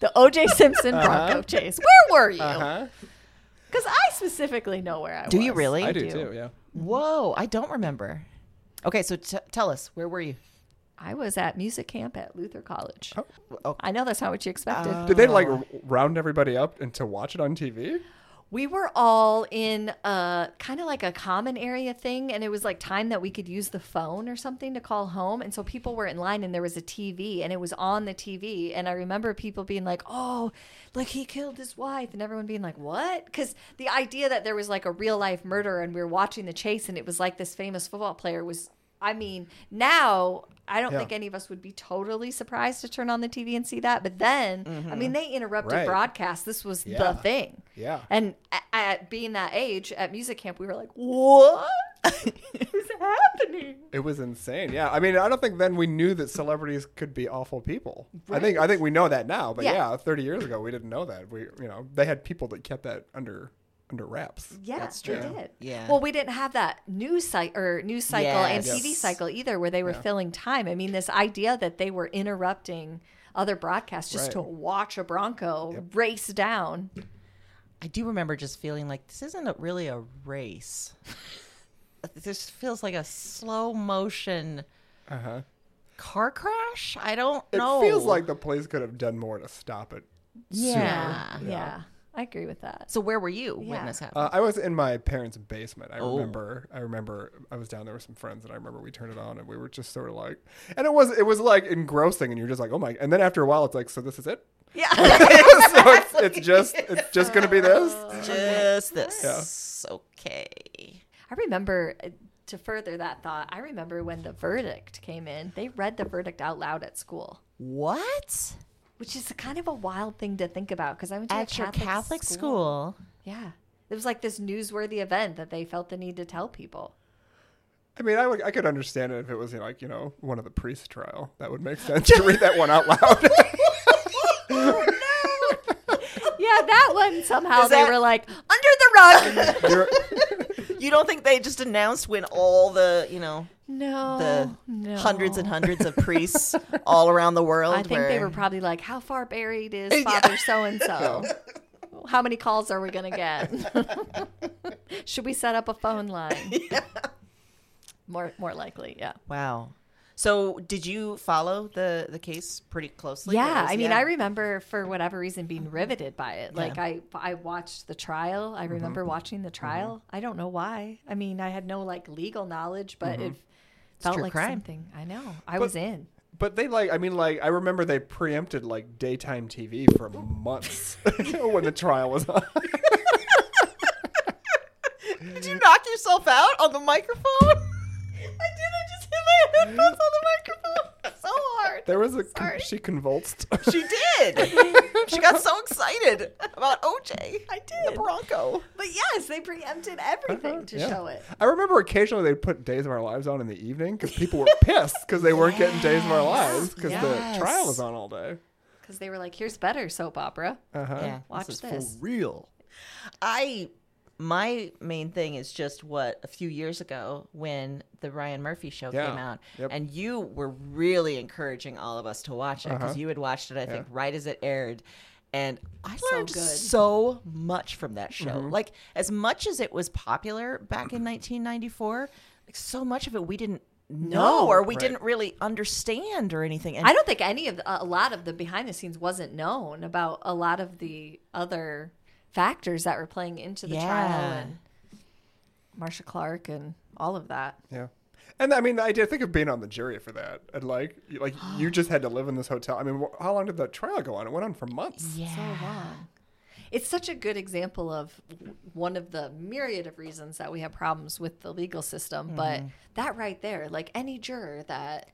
[SPEAKER 3] The OJ Simpson Bronco chase. Where were you?
[SPEAKER 2] Oh.
[SPEAKER 1] Uh-huh.
[SPEAKER 3] Because I specifically know where I was.
[SPEAKER 2] do you really?
[SPEAKER 1] I do too. Yeah.
[SPEAKER 2] Whoa, I don't remember. Okay, so t- tell us, where were you?
[SPEAKER 3] I was at music camp at Luther College.
[SPEAKER 2] oh. Uh,
[SPEAKER 3] I know that's not what you expected.
[SPEAKER 1] Did they like r- round everybody up and to watch it on TV?
[SPEAKER 3] we were all in a kind of like a common area thing, and it was like time that we could use the phone or something to call home. And so people were in line, and there was a TV, and it was on the TV. And I remember people being like, "Oh, like he killed his wife," and everyone being like, "What?" Because the idea that there was like a real life murder, and we were watching the chase, and it was like this famous football player was I mean, now I don't
[SPEAKER 1] Yeah.
[SPEAKER 3] think any of us would be totally surprised to turn on the TV and see that. But then, I mean, they interrupted
[SPEAKER 1] Mm-hmm. Right.
[SPEAKER 3] broadcast. This was
[SPEAKER 1] Yeah.
[SPEAKER 3] the thing.
[SPEAKER 1] Yeah.
[SPEAKER 3] And at, at being that age at music camp, we were like, "What is happening?"
[SPEAKER 1] It was insane. Yeah. I mean, I don't think then we knew that celebrities could be awful people. I think I think we know that now, but yeah.
[SPEAKER 3] Yeah.
[SPEAKER 1] 30 years ago we didn't know that. We you know, they had people that kept that under under wraps.
[SPEAKER 3] Yeah,
[SPEAKER 2] That's
[SPEAKER 3] they
[SPEAKER 2] true.
[SPEAKER 3] did.
[SPEAKER 2] Yeah.
[SPEAKER 3] Well, we didn't have that news cycle or news cycle and
[SPEAKER 2] Yes.
[SPEAKER 3] TV cycle either, where they were filling time. I mean, this idea that they were interrupting other broadcasts just
[SPEAKER 1] Right.
[SPEAKER 3] to watch a Bronco race down.
[SPEAKER 2] I do remember just feeling like this isn't a, really a race. this feels like a slow motion
[SPEAKER 1] Uh-huh.
[SPEAKER 2] car crash. I don't
[SPEAKER 1] It
[SPEAKER 2] know.
[SPEAKER 1] feels like the police could have done more to stop it.
[SPEAKER 2] yeah.
[SPEAKER 3] yeah. I agree with that.
[SPEAKER 2] So where were you when
[SPEAKER 3] Yeah.
[SPEAKER 2] this happened?
[SPEAKER 1] Uh, I was in my parents' basement. I remember. I remember. I was down there with some friends, and I remember we turned it on, and we were just sort of like, and it was it was like engrossing, and you're just like, oh my. And then after a while, it's like, so this is it.
[SPEAKER 3] Yeah.
[SPEAKER 1] so it's, it's just it's just gonna be this.
[SPEAKER 2] Uh, Just this. Okay.
[SPEAKER 3] I remember uh, to further that thought, I remember when the verdict came in, they read the verdict out loud at school.
[SPEAKER 2] What?
[SPEAKER 3] Which is kind of a wild thing to think about because I went to a
[SPEAKER 2] At your Catholic school.
[SPEAKER 3] Yeah. It was like this newsworthy event that they felt the need to tell people.
[SPEAKER 1] I mean, I would I could understand it if it was you know, like you know one of the priests trial. That would make sense to read that one out loud.
[SPEAKER 3] Yeah, that one somehow
[SPEAKER 2] Is
[SPEAKER 3] they
[SPEAKER 2] that-
[SPEAKER 3] were like, under the rug.
[SPEAKER 1] You're-
[SPEAKER 2] You don't think they just announced when all the, you know,
[SPEAKER 3] no.
[SPEAKER 2] the
[SPEAKER 3] Oh, no.
[SPEAKER 2] hundreds and hundreds of priests all around the world?
[SPEAKER 3] I think they were probably like, how far buried is Father so and so? How many calls are we going to get? Should we set up a phone line? More, more likely, yeah.
[SPEAKER 2] Wow. So did you follow the the case pretty closely?
[SPEAKER 3] yeah,
[SPEAKER 2] It was-
[SPEAKER 3] I mean,
[SPEAKER 2] yeah.
[SPEAKER 3] I remember for whatever reason being riveted by it. Like I, I watched the trial.
[SPEAKER 2] Mm-hmm.
[SPEAKER 3] I remember watching the trial. I don't know why. I mean, I had no like legal knowledge, but it felt
[SPEAKER 2] Mm-hmm. true
[SPEAKER 3] like
[SPEAKER 2] crime.
[SPEAKER 3] something. I know. I was in.
[SPEAKER 1] but they like I mean like I remember they preempted like daytime TV for months when the trial was on.
[SPEAKER 2] Did you knock yourself out on the microphone? I did. I just hit my headphones on the microphone so hard.
[SPEAKER 1] There was a con-
[SPEAKER 2] Sorry.
[SPEAKER 1] she convulsed.
[SPEAKER 2] She did. she got so excited about OJ. I did. The Bronco. Uh-huh.
[SPEAKER 3] But yes, they preempted everything to
[SPEAKER 1] Yeah.
[SPEAKER 3] show it.
[SPEAKER 1] I remember occasionally they'd put Days of Our Lives on in the evening because people were pissed because they weren't getting Days of Our Lives because
[SPEAKER 2] Yes.
[SPEAKER 1] the trial was on all day.
[SPEAKER 3] Because they were like, here's better soap opera.
[SPEAKER 1] Uh-huh.
[SPEAKER 2] Yeah.
[SPEAKER 3] Watch this.
[SPEAKER 1] real.
[SPEAKER 2] I my main thing is just what a few years ago when the Ryan Murphy show
[SPEAKER 1] Yeah.
[SPEAKER 2] came out
[SPEAKER 1] Yep.
[SPEAKER 2] and you were really encouraging all of us to watch it
[SPEAKER 1] Uh-huh.
[SPEAKER 2] because you had watched it I think right as it aired and I learned
[SPEAKER 3] good.
[SPEAKER 2] so much from that show.
[SPEAKER 1] Mm-hmm.
[SPEAKER 2] Like as much as it was popular back in 1994, like so much of it we didn't know
[SPEAKER 3] No.
[SPEAKER 2] or we
[SPEAKER 1] Right.
[SPEAKER 2] didn't really understand or anything. And
[SPEAKER 3] I don't think any of the, a lot of the behind the scenes wasn't known about a lot of the other factors that were playing into the trial
[SPEAKER 2] Yeah.
[SPEAKER 3] and Marsha Clark and all of that.
[SPEAKER 1] Yeah. And I mean, the idea, think of being on the jury for that. And like, you- like you just had to live in this hotel. I mean, wh- how long did that trial go on? It went on for months.
[SPEAKER 2] yeah.
[SPEAKER 3] So long. It's such a good example of w- one of the myriad of reasons that we have problems with the legal system. But
[SPEAKER 2] Mm-hmm.
[SPEAKER 3] that right there, like any juror that.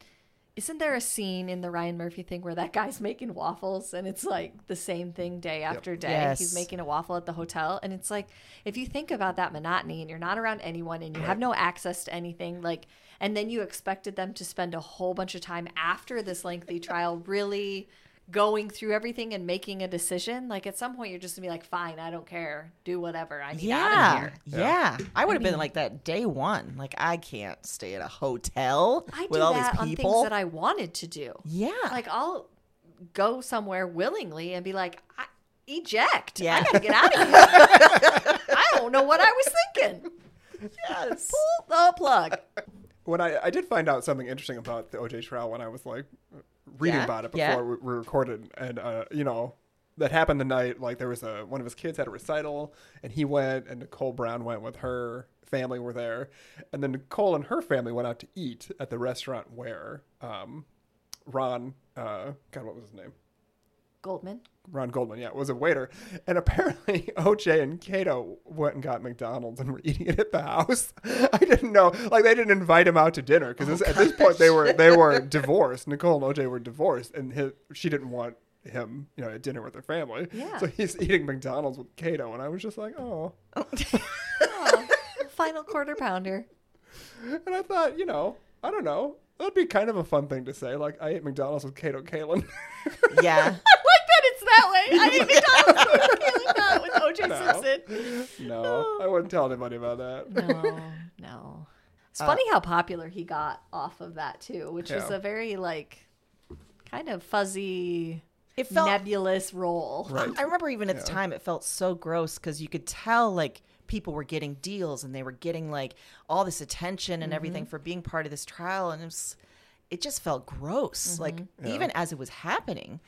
[SPEAKER 3] Isn't there a scene in the Ryan Murphy thing where that guy's making waffles and it's like the same thing day after day?
[SPEAKER 2] Yes.
[SPEAKER 3] He's making a waffle at the hotel. And it's like, if you think about that monotony and you're not around anyone and you have no access to anything, like, and then you expected them to spend a whole bunch of time after this lengthy trial really going through everything and making a decision, like, at some point you're just gonna be like, fine, I don't care. Do whatever. I need out of
[SPEAKER 2] Yeah,
[SPEAKER 3] here.
[SPEAKER 2] yeah. I would have been like that day one. Like I can't stay at a hotel
[SPEAKER 3] I
[SPEAKER 2] with
[SPEAKER 3] do
[SPEAKER 2] all
[SPEAKER 3] that
[SPEAKER 2] these
[SPEAKER 3] on
[SPEAKER 2] people.
[SPEAKER 3] things that I wanted to do.
[SPEAKER 2] yeah,
[SPEAKER 3] like I'll go somewhere willingly and be like, I, eject.
[SPEAKER 2] Yeah.
[SPEAKER 3] I gotta get out of here. I don't know what I was thinking.
[SPEAKER 2] yes.
[SPEAKER 3] Pull the plug.
[SPEAKER 1] When I, I did find out something interesting about the OJ trial when I was like reading
[SPEAKER 2] Yeah,
[SPEAKER 1] about it before
[SPEAKER 2] yeah.
[SPEAKER 1] we, we recorded. And, uh, you know, that happened the night, like there was a, one of his kids had a recital and he went and Nicole Brown went with her family were there. And then Nicole and her family went out to eat at the restaurant where, um, Ron, uh, God, what was his name?
[SPEAKER 3] Goldman.
[SPEAKER 1] Ron Goldman, yeah, was a waiter. And apparently OJ and Cato went and got McDonald's and were eating it at the house. I didn't know. Like they didn't invite him out to dinner because at this point they were they were divorced. Nicole and OJ were divorced and his, she didn't want him, you know, at dinner with her family.
[SPEAKER 3] Yeah.
[SPEAKER 1] So he's eating McDonald's with Cato and I was just like, "Oh."
[SPEAKER 3] Oh, final quarter pounder.
[SPEAKER 1] And I thought, you know, I don't know. That'd be kind of a fun thing to say. Like I ate McDonald's with Cato Kalin.
[SPEAKER 2] Yeah.
[SPEAKER 3] I like that it's that way. I didn't think I was with OJ
[SPEAKER 1] No.
[SPEAKER 3] Simpson.
[SPEAKER 1] no, I wouldn't tell anybody about that.
[SPEAKER 3] No, no. It's funny how popular he got off of that too, which was
[SPEAKER 1] Yeah.
[SPEAKER 3] a very like kind of fuzzy,
[SPEAKER 2] It felt
[SPEAKER 3] nebulous role.
[SPEAKER 1] Right.
[SPEAKER 2] I remember even at the
[SPEAKER 1] Yeah.
[SPEAKER 2] time it felt so gross because you could tell like people were getting deals and they were getting like all this attention and
[SPEAKER 3] Mm-hmm.
[SPEAKER 2] everything for being part of this trial and it was it just felt gross like
[SPEAKER 3] Mm-hmm.
[SPEAKER 2] even as it was happening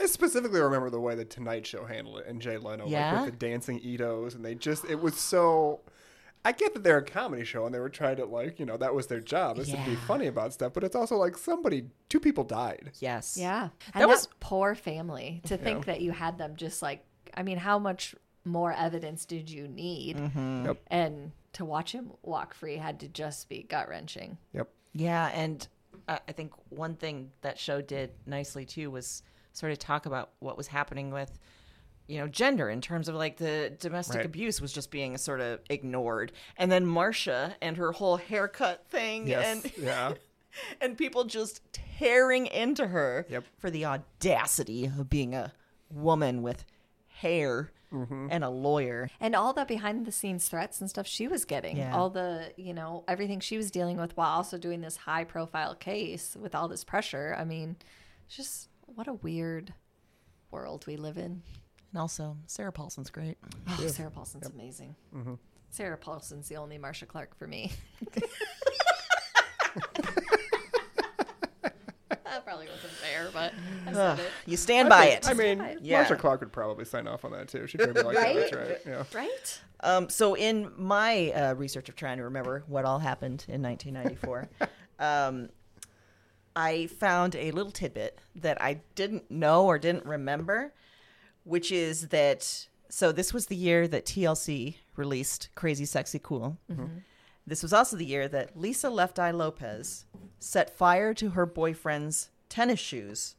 [SPEAKER 1] I specifically remember the way the Tonight Show handled it and Jay Leno,
[SPEAKER 2] Yeah?
[SPEAKER 1] like with the dancing Edos, and they just it was so. I get that they're a comedy show and they were trying to like you know that was their job is to be
[SPEAKER 2] Yeah.
[SPEAKER 1] funny about stuff, but it's also like somebody two people died.
[SPEAKER 2] yes
[SPEAKER 3] Yeah. And
[SPEAKER 2] That
[SPEAKER 3] that
[SPEAKER 2] was-
[SPEAKER 3] was poor family to think that you had them just like I mean, how much more evidence did you need?
[SPEAKER 2] Mm-hmm.
[SPEAKER 1] Yep.
[SPEAKER 3] And to watch him walk free had to just be gut wrenching.
[SPEAKER 1] Yep.
[SPEAKER 2] yeah and uh, i think one thing that show did nicely too was sort of talk about what was happening with you know gender in terms of like the domestic
[SPEAKER 1] Right.
[SPEAKER 2] abuse was just being sort of ignored and then marcia and her whole haircut thing
[SPEAKER 1] Yes.
[SPEAKER 2] and
[SPEAKER 1] yeah.
[SPEAKER 2] and people just tearing into her
[SPEAKER 1] Yep.
[SPEAKER 2] for the audacity of being a woman with hair
[SPEAKER 1] Mm-hmm.
[SPEAKER 2] and a lawyer.
[SPEAKER 3] and all the behind the scenes threats and stuff she was getting
[SPEAKER 2] Yeah.
[SPEAKER 3] all the you know everything she was dealing with while also doing this high profile case with all this pressure i mean it's just what a weird world we live in
[SPEAKER 2] And also, Sarah Paulson's great.
[SPEAKER 3] oh, sarah paulson's amazing sarah paulson's the only marsha clark for me that probably wasn't fair but i said it
[SPEAKER 2] You stand
[SPEAKER 1] I
[SPEAKER 2] by
[SPEAKER 1] think-
[SPEAKER 2] it.
[SPEAKER 1] I mean,
[SPEAKER 2] Yeah.
[SPEAKER 1] Marsha Clark would probably sign off on that too. She'd probably be like, yeah, that's right. Yeah.
[SPEAKER 3] right
[SPEAKER 2] Um, so, in my uh, research of trying to remember what all happened in 1994, um, I found a little tidbit that I didn't know or didn't remember, which is that so this was the year that TLC released Crazy Sexy Cool. This was also the year that Lisa Left Eye Lopez set fire to her boyfriend's tennis shoes.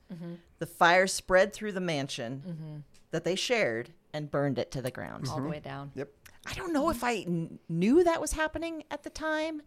[SPEAKER 2] The fire spread through the mansion that they shared and burned it to the ground.
[SPEAKER 3] all the way down
[SPEAKER 1] Yep.
[SPEAKER 2] I don't know if I kn- knew that was happening at the time.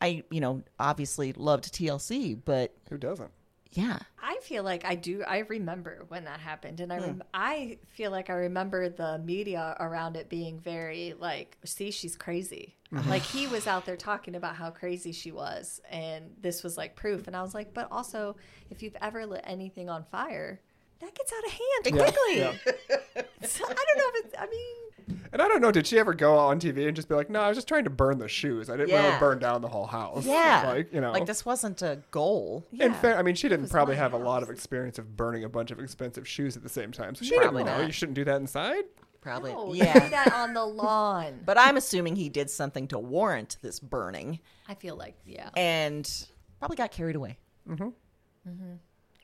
[SPEAKER 2] I, you know, obviously loved TLC, but
[SPEAKER 1] Who doesn't?
[SPEAKER 2] yeah.
[SPEAKER 3] I feel like I do. I remember when that happened,
[SPEAKER 1] Hmm.
[SPEAKER 3] and I rem- I feel like I remember the media around it being very like, "See, she's crazy."
[SPEAKER 1] Mm-hmm.
[SPEAKER 3] Like he was out there talking about how crazy she was, and this was like proof. And I was like, "But also, if you've ever lit anything on fire, that gets out of hand quickly." So I don't know if it's. I mean,
[SPEAKER 1] And I don't know, did she ever go on TV and just be like, no, I was just trying to burn the shoes. I didn't want
[SPEAKER 2] Yeah.
[SPEAKER 1] to burn down the whole house.
[SPEAKER 2] Yeah.
[SPEAKER 1] Like, you know.
[SPEAKER 2] Like this wasn't a goal.
[SPEAKER 1] In
[SPEAKER 3] Yeah.
[SPEAKER 1] fact, I mean, she didn't
[SPEAKER 3] was
[SPEAKER 1] probably
[SPEAKER 3] my
[SPEAKER 1] have a lot
[SPEAKER 3] house.
[SPEAKER 1] of experience of burning a bunch of expensive shoes at the same time. So she
[SPEAKER 2] Probably
[SPEAKER 1] didn't know.
[SPEAKER 2] not.
[SPEAKER 1] You shouldn't do that inside.
[SPEAKER 2] Probably.
[SPEAKER 3] no, you do
[SPEAKER 2] yeah.
[SPEAKER 3] that on the lawn.
[SPEAKER 2] But I'm assuming he did something to warrant this burning
[SPEAKER 3] I feel like yeah.
[SPEAKER 2] and probably got carried away.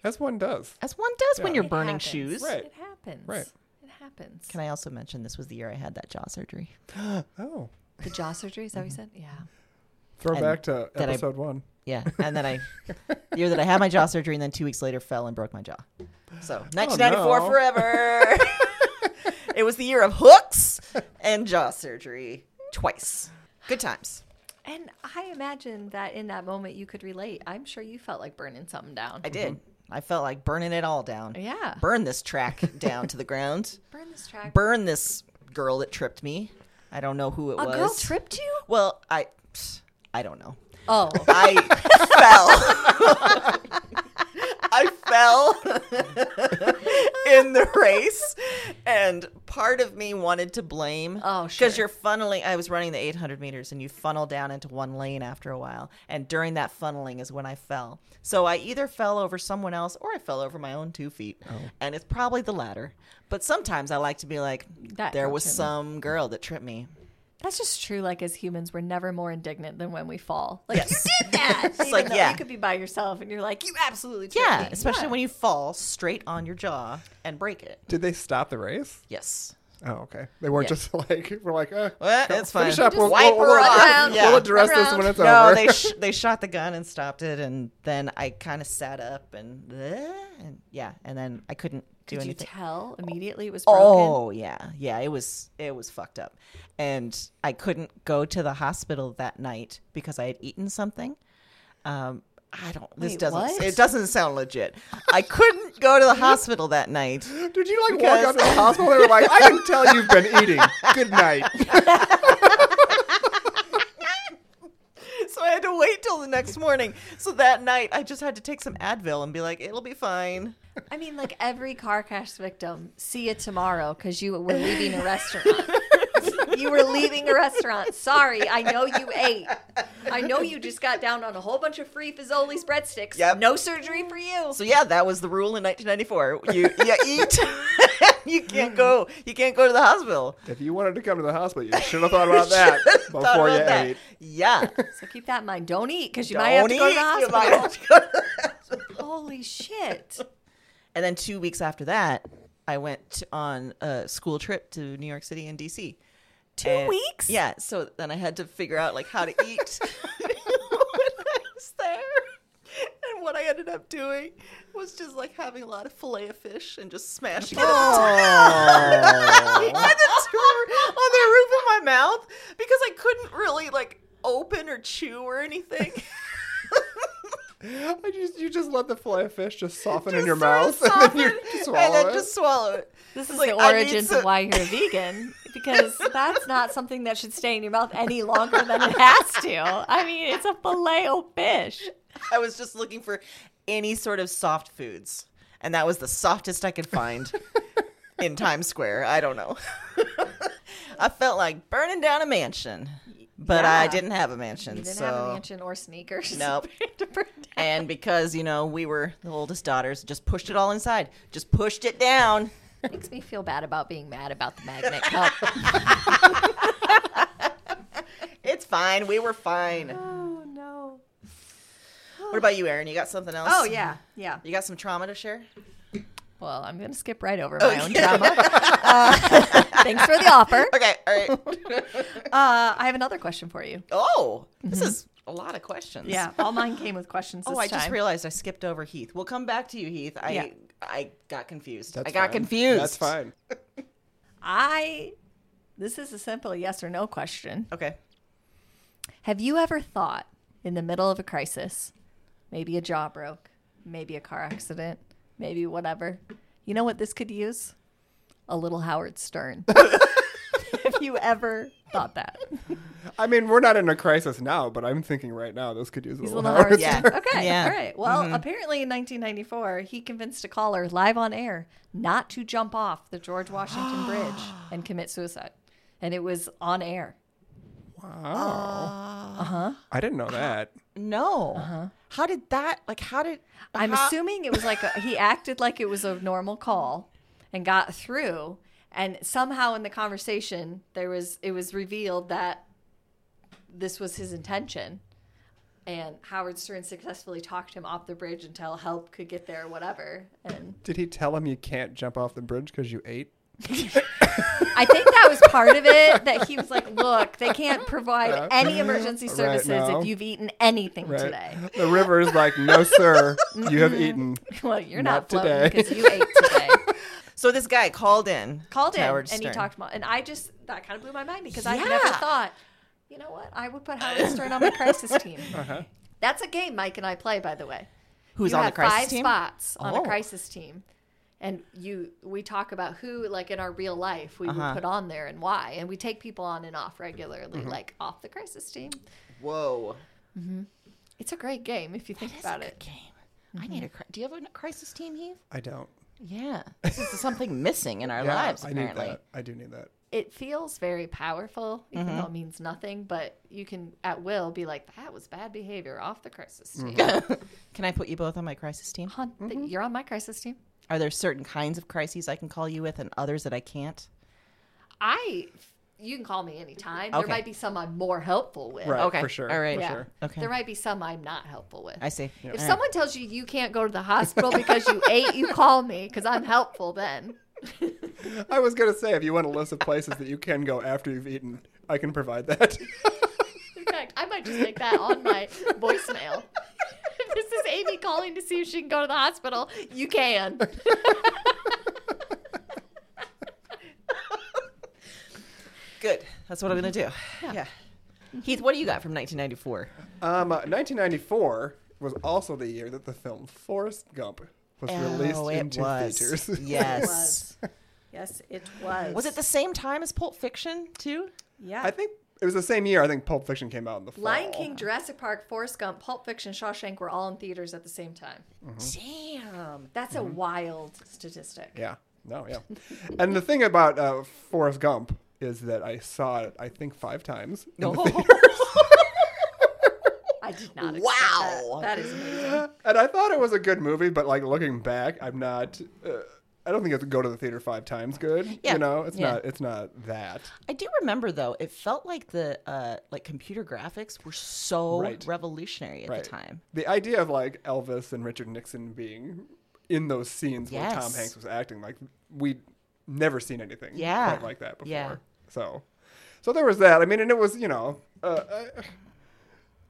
[SPEAKER 1] As one does.
[SPEAKER 2] As one does when
[SPEAKER 1] Yeah.
[SPEAKER 2] you're
[SPEAKER 3] It
[SPEAKER 2] burning
[SPEAKER 3] happens.
[SPEAKER 2] shoes.
[SPEAKER 1] Right.
[SPEAKER 3] It happens.
[SPEAKER 1] Right.
[SPEAKER 3] It happens.
[SPEAKER 2] Can I also mention this was the year I had that jaw surgery?
[SPEAKER 1] Oh.
[SPEAKER 3] the jaw surgery is that what you said? Yeah.
[SPEAKER 1] Throwback to
[SPEAKER 2] that I-
[SPEAKER 1] episode one.
[SPEAKER 2] Yeah. And then I, the year that I had my jaw surgery, and then two weeks later fell and broke my jaw. So
[SPEAKER 3] Oh,
[SPEAKER 2] 1994
[SPEAKER 1] no.
[SPEAKER 2] forever. it was the year of hooks and jaw surgery twice. Good times.
[SPEAKER 3] And I imagine that in that moment you could relate. I'm sure you felt like burning something down.
[SPEAKER 2] I did. I felt like burning it all down.
[SPEAKER 3] Mm-hmm. Yeah.
[SPEAKER 2] Burn this track down to the ground.
[SPEAKER 3] Burn this track.
[SPEAKER 2] Burn this girl that tripped me. I don't know who it
[SPEAKER 3] a
[SPEAKER 2] was.
[SPEAKER 3] girl tripped you?
[SPEAKER 2] Well, I, I don't know.
[SPEAKER 3] Oh,
[SPEAKER 2] I fell. I fell in the race, and part of me wanted to blame.
[SPEAKER 3] Oh,
[SPEAKER 2] because
[SPEAKER 3] sure.
[SPEAKER 2] you're funneling. I was running the 800 meters, and you funnel down into one lane after a while. And during that funneling is when I fell. So I either fell over someone else, or I fell over my own two feet, and it's probably the latter. But sometimes I like to be like,
[SPEAKER 3] That
[SPEAKER 2] there
[SPEAKER 3] girl
[SPEAKER 2] was
[SPEAKER 3] tripped me."
[SPEAKER 2] some girl that tripped me.
[SPEAKER 3] that's just true. Like as humans, we're never more indignant than when we fall. Like you did that.
[SPEAKER 2] It's
[SPEAKER 3] Even
[SPEAKER 2] like,
[SPEAKER 3] though
[SPEAKER 2] yeah.
[SPEAKER 3] you could be by yourself and you're like, you absolutely tricked
[SPEAKER 2] yeah,
[SPEAKER 3] me."
[SPEAKER 2] especially when you fall straight on your jaw and break it.
[SPEAKER 1] Did they stop the race?
[SPEAKER 2] Yes.
[SPEAKER 1] Oh, okay. They weren't
[SPEAKER 2] Yeah.
[SPEAKER 1] just like we're like, eh,
[SPEAKER 2] Well,
[SPEAKER 1] go-
[SPEAKER 2] it's fine.
[SPEAKER 1] Finish up.
[SPEAKER 2] Just
[SPEAKER 1] We'll,
[SPEAKER 2] wipe
[SPEAKER 1] we'll, we'll,
[SPEAKER 2] her off.
[SPEAKER 1] we'll,
[SPEAKER 2] Yeah.
[SPEAKER 1] we'll address
[SPEAKER 3] Run
[SPEAKER 1] this
[SPEAKER 3] around.
[SPEAKER 1] when it's
[SPEAKER 2] No,
[SPEAKER 1] over.
[SPEAKER 2] they sh- they shot the gun and stopped it, and then I kind of sat up and, "Bleh," and yeah, and then I couldn't do
[SPEAKER 3] Did you
[SPEAKER 2] anything.
[SPEAKER 3] tell immediately it was broken?
[SPEAKER 2] Oh yeah, yeah. It was it was fucked up, and I couldn't go to the hospital that night because I had eaten something. Um, I don't. This
[SPEAKER 3] Wait,
[SPEAKER 2] doesn't.
[SPEAKER 3] what?
[SPEAKER 2] It doesn't sound legit. I couldn't go to the hospital that night.
[SPEAKER 1] Did you like
[SPEAKER 2] Because-
[SPEAKER 1] walk out of the hospital? They were like, I can tell you've been eating. Good night.
[SPEAKER 2] So I had to wait till the next morning. So that night, I just had to take some Advil and be like, "It'll be fine."
[SPEAKER 3] I mean, like every car crash victim, see you tomorrow because you were leaving a restaurant. you were leaving a restaurant. Sorry, I know you ate. I know you just got down on a whole bunch of free Fazoli's breadsticks.
[SPEAKER 2] Yep.
[SPEAKER 3] No surgery for you.
[SPEAKER 2] So yeah, that was the rule in 1994. You you eat, you can't go, you can't go to the hospital.
[SPEAKER 1] If you wanted to come to the hospital, you should have thought about that before
[SPEAKER 2] Thought
[SPEAKER 1] you
[SPEAKER 2] about that.
[SPEAKER 1] ate.
[SPEAKER 2] Yeah.
[SPEAKER 3] So keep that in mind. Don't eat because you might have to
[SPEAKER 2] Don't
[SPEAKER 3] go to
[SPEAKER 2] eat,
[SPEAKER 3] the
[SPEAKER 2] you
[SPEAKER 3] hospital.
[SPEAKER 2] might have to go to the
[SPEAKER 3] Holy shit.
[SPEAKER 2] And then two weeks after that, I went on a school trip to New York City and DC. Two
[SPEAKER 3] weeks?
[SPEAKER 2] Yeah. So then I had to figure out like how to eat when I was there. And what I ended up doing was just like having a lot of filet of fish and just smashing it on the
[SPEAKER 1] Oh.
[SPEAKER 2] tour- on the roof of my mouth because I couldn't really like open or chew or anything.
[SPEAKER 1] I just you just let the fillet of fish just soften in
[SPEAKER 2] Just
[SPEAKER 1] your
[SPEAKER 2] sort of
[SPEAKER 1] mouth, and
[SPEAKER 2] soften
[SPEAKER 1] then you just swallow
[SPEAKER 2] and then
[SPEAKER 1] it.
[SPEAKER 2] just swallow it.
[SPEAKER 3] This is
[SPEAKER 2] like,
[SPEAKER 3] the
[SPEAKER 2] I need
[SPEAKER 3] origins
[SPEAKER 2] some-
[SPEAKER 3] of why you're a vegan because that's not something that should stay in your mouth any longer than it has to. I mean, it's a filet o fish.
[SPEAKER 2] I was just looking for any sort of soft foods, and that was the softest I could find in Times Square. I don't know. I felt like burning down a mansion, but I
[SPEAKER 3] Yeah.
[SPEAKER 2] didn't have a mansion.
[SPEAKER 3] You didn't
[SPEAKER 2] so.
[SPEAKER 3] have a mansion or sneakers.
[SPEAKER 2] Nope.
[SPEAKER 3] to burn down.
[SPEAKER 2] And because, you know, we were the oldest daughters, just pushed it all inside. Just pushed it down.
[SPEAKER 3] Makes me feel bad about being mad about the magnet cup.
[SPEAKER 2] It's fine. We were fine.
[SPEAKER 3] oh no.
[SPEAKER 2] What about you, Erin? You got something else?
[SPEAKER 3] Oh yeah, yeah.
[SPEAKER 2] You got some trauma to share?
[SPEAKER 3] Well, I'm gonna skip right
[SPEAKER 2] Oh,
[SPEAKER 3] over my own trauma. Uh, thanks for the offer.
[SPEAKER 2] Okay. All right.
[SPEAKER 3] Uh, I have another question for you.
[SPEAKER 2] Oh, this is a lot of questions.
[SPEAKER 3] Mm-hmm. Yeah, all mine came with questions. This
[SPEAKER 2] Oh, I
[SPEAKER 3] time.
[SPEAKER 2] just realized I skipped over Heath. We'll come back to you, Heath. I
[SPEAKER 3] Yeah.
[SPEAKER 2] I got confused.
[SPEAKER 1] That's
[SPEAKER 2] I got
[SPEAKER 1] fine.
[SPEAKER 2] confused.
[SPEAKER 1] That's fine.
[SPEAKER 3] I. This is a simple yes or no question.
[SPEAKER 2] Okay.
[SPEAKER 3] Have you ever thought in the middle of a crisis, maybe a jaw broke, maybe a car accident, maybe whatever, you know what this could use? A little Howard Stern. Have you ever thought that?
[SPEAKER 1] I mean, we're not in a crisis now, but I'm thinking right now this could use a
[SPEAKER 3] He's a
[SPEAKER 1] little
[SPEAKER 3] little
[SPEAKER 1] Howard.
[SPEAKER 3] Howard
[SPEAKER 2] Yeah.
[SPEAKER 3] Stern. Okay,
[SPEAKER 2] Yeah.
[SPEAKER 3] all right. Well, apparently in 1994, he convinced a caller live on air not to jump off the George Washington Bridge and commit suicide. And it was on air.
[SPEAKER 1] Wow. Oh.
[SPEAKER 2] Uh-huh.
[SPEAKER 1] I didn't know that.
[SPEAKER 2] No. How did that? Like, how did?
[SPEAKER 3] Uh-huh. I'm
[SPEAKER 1] Uh-huh.
[SPEAKER 2] how-
[SPEAKER 3] assuming it was like a, he acted like it was a normal call and got through. And somehow in the conversation, there was it was revealed that this was his intention. And Howard Stern successfully talked him off the bridge until help could get there, or whatever. And
[SPEAKER 1] Did he tell him you can't jump off the bridge because you ate?
[SPEAKER 3] I think that was part of it that he was like, "Look, they can't provide any emergency
[SPEAKER 1] Right
[SPEAKER 3] services
[SPEAKER 1] now.
[SPEAKER 3] if you've eaten anything
[SPEAKER 1] Right.
[SPEAKER 3] today."
[SPEAKER 1] The river is like, no, sir, you have eaten.
[SPEAKER 3] Well, you're
[SPEAKER 1] Not today.
[SPEAKER 3] not, floating because you ate today.
[SPEAKER 2] So this guy called in.
[SPEAKER 3] called
[SPEAKER 2] to
[SPEAKER 3] in
[SPEAKER 2] Howard
[SPEAKER 3] and he
[SPEAKER 2] Stern.
[SPEAKER 3] talked about and i just that kind of blew my mind because i
[SPEAKER 2] Yeah.
[SPEAKER 3] never thought you know what i would put howard stern on my crisis team that's a game mike and i play by the way
[SPEAKER 2] Who's
[SPEAKER 3] you
[SPEAKER 2] on
[SPEAKER 3] have
[SPEAKER 2] the crisis
[SPEAKER 3] five
[SPEAKER 2] team?
[SPEAKER 3] spots on
[SPEAKER 2] Oh.
[SPEAKER 3] a crisis team and you we talk about who like in our real life we
[SPEAKER 2] Uh-huh.
[SPEAKER 3] would put on there and why and we take people on and off regularly
[SPEAKER 2] Mm-hmm.
[SPEAKER 3] like off the crisis team
[SPEAKER 2] Whoa.
[SPEAKER 3] it's a great game if you think about it Mm-hmm.
[SPEAKER 2] Game. I need a. cri- Do you have a crisis team, Heath?
[SPEAKER 1] I don't.
[SPEAKER 2] Yeah. This is something missing in our
[SPEAKER 1] Yeah,
[SPEAKER 2] lives.
[SPEAKER 1] I
[SPEAKER 2] Apparently.
[SPEAKER 1] need that. I do need that.
[SPEAKER 3] it feels very powerful, even
[SPEAKER 2] Mm-hmm.
[SPEAKER 3] though it means nothing. But you can, at will, be like, "That was bad behavior off the crisis team."
[SPEAKER 2] Can I put you both on my crisis team?
[SPEAKER 3] Hon, th-
[SPEAKER 2] Mm-hmm.
[SPEAKER 3] You're on my crisis team.
[SPEAKER 2] Are there certain kinds of crises I can call you with, and others that I can't?
[SPEAKER 3] I, you can call me anytime. There
[SPEAKER 2] Okay.
[SPEAKER 3] might be some I'm more helpful with.
[SPEAKER 1] Right.
[SPEAKER 2] Okay.
[SPEAKER 1] For sure.
[SPEAKER 2] All right.
[SPEAKER 1] For
[SPEAKER 3] Yeah.
[SPEAKER 1] sure.
[SPEAKER 2] Okay.
[SPEAKER 3] There might be some I'm not helpful with.
[SPEAKER 2] I see.
[SPEAKER 3] If
[SPEAKER 2] All right.
[SPEAKER 3] someone tells you you can't go to the hospital because you ate, you call me because I'm helpful then.
[SPEAKER 1] I was gonna say if you want a list of places that you can go after you've eaten, I can provide that.
[SPEAKER 3] In fact, I might just make that on my voicemail. this is Amy calling to see if she can go to the hospital. You can.
[SPEAKER 2] Good. That's what I'm going to do. Yeah. Heath, what do you got from 1994?
[SPEAKER 1] um, 1994 was also the year that the film Forrest Gump was released
[SPEAKER 2] Oh, it
[SPEAKER 1] into
[SPEAKER 2] was.
[SPEAKER 1] theaters.
[SPEAKER 2] Yes.
[SPEAKER 4] Yes, it was.
[SPEAKER 2] was it the same time as Pulp Fiction, too?
[SPEAKER 4] Yeah.
[SPEAKER 1] I think it was the same year. I think Pulp Fiction came out in the fall.
[SPEAKER 3] Lion King, Jurassic Park, Forrest Gump, Pulp Fiction, Shawshank were all in theaters at the same time. Um,
[SPEAKER 2] Damn.
[SPEAKER 3] That's a wild statistic.
[SPEAKER 1] Mm-hmm. Yeah. No. Yeah. and the thing about uh, Forrest Gump is that I saw it, I think, five times. in the theater.
[SPEAKER 3] I did not. expect
[SPEAKER 2] Wow.
[SPEAKER 3] that. that is amazing.
[SPEAKER 1] and I thought it was a good movie, but like looking back, I'm not. Uh, I don't think you have to go to the theater five times. Good.
[SPEAKER 2] Yeah.
[SPEAKER 1] You know, it's
[SPEAKER 2] Yeah.
[SPEAKER 1] not. It's not that.
[SPEAKER 2] I do remember though, it felt like the uh, like computer graphics were so
[SPEAKER 1] Right.
[SPEAKER 2] revolutionary at
[SPEAKER 1] Right.
[SPEAKER 2] the time.
[SPEAKER 1] The idea of like Elvis and Richard Nixon being in those scenes where Tom
[SPEAKER 2] Yes.
[SPEAKER 1] Hanks was acting, like we'd never seen anything
[SPEAKER 2] Yeah.
[SPEAKER 1] quite like that before.
[SPEAKER 2] Yeah.
[SPEAKER 1] So, so there was that. I mean, and it was you know, uh, uh,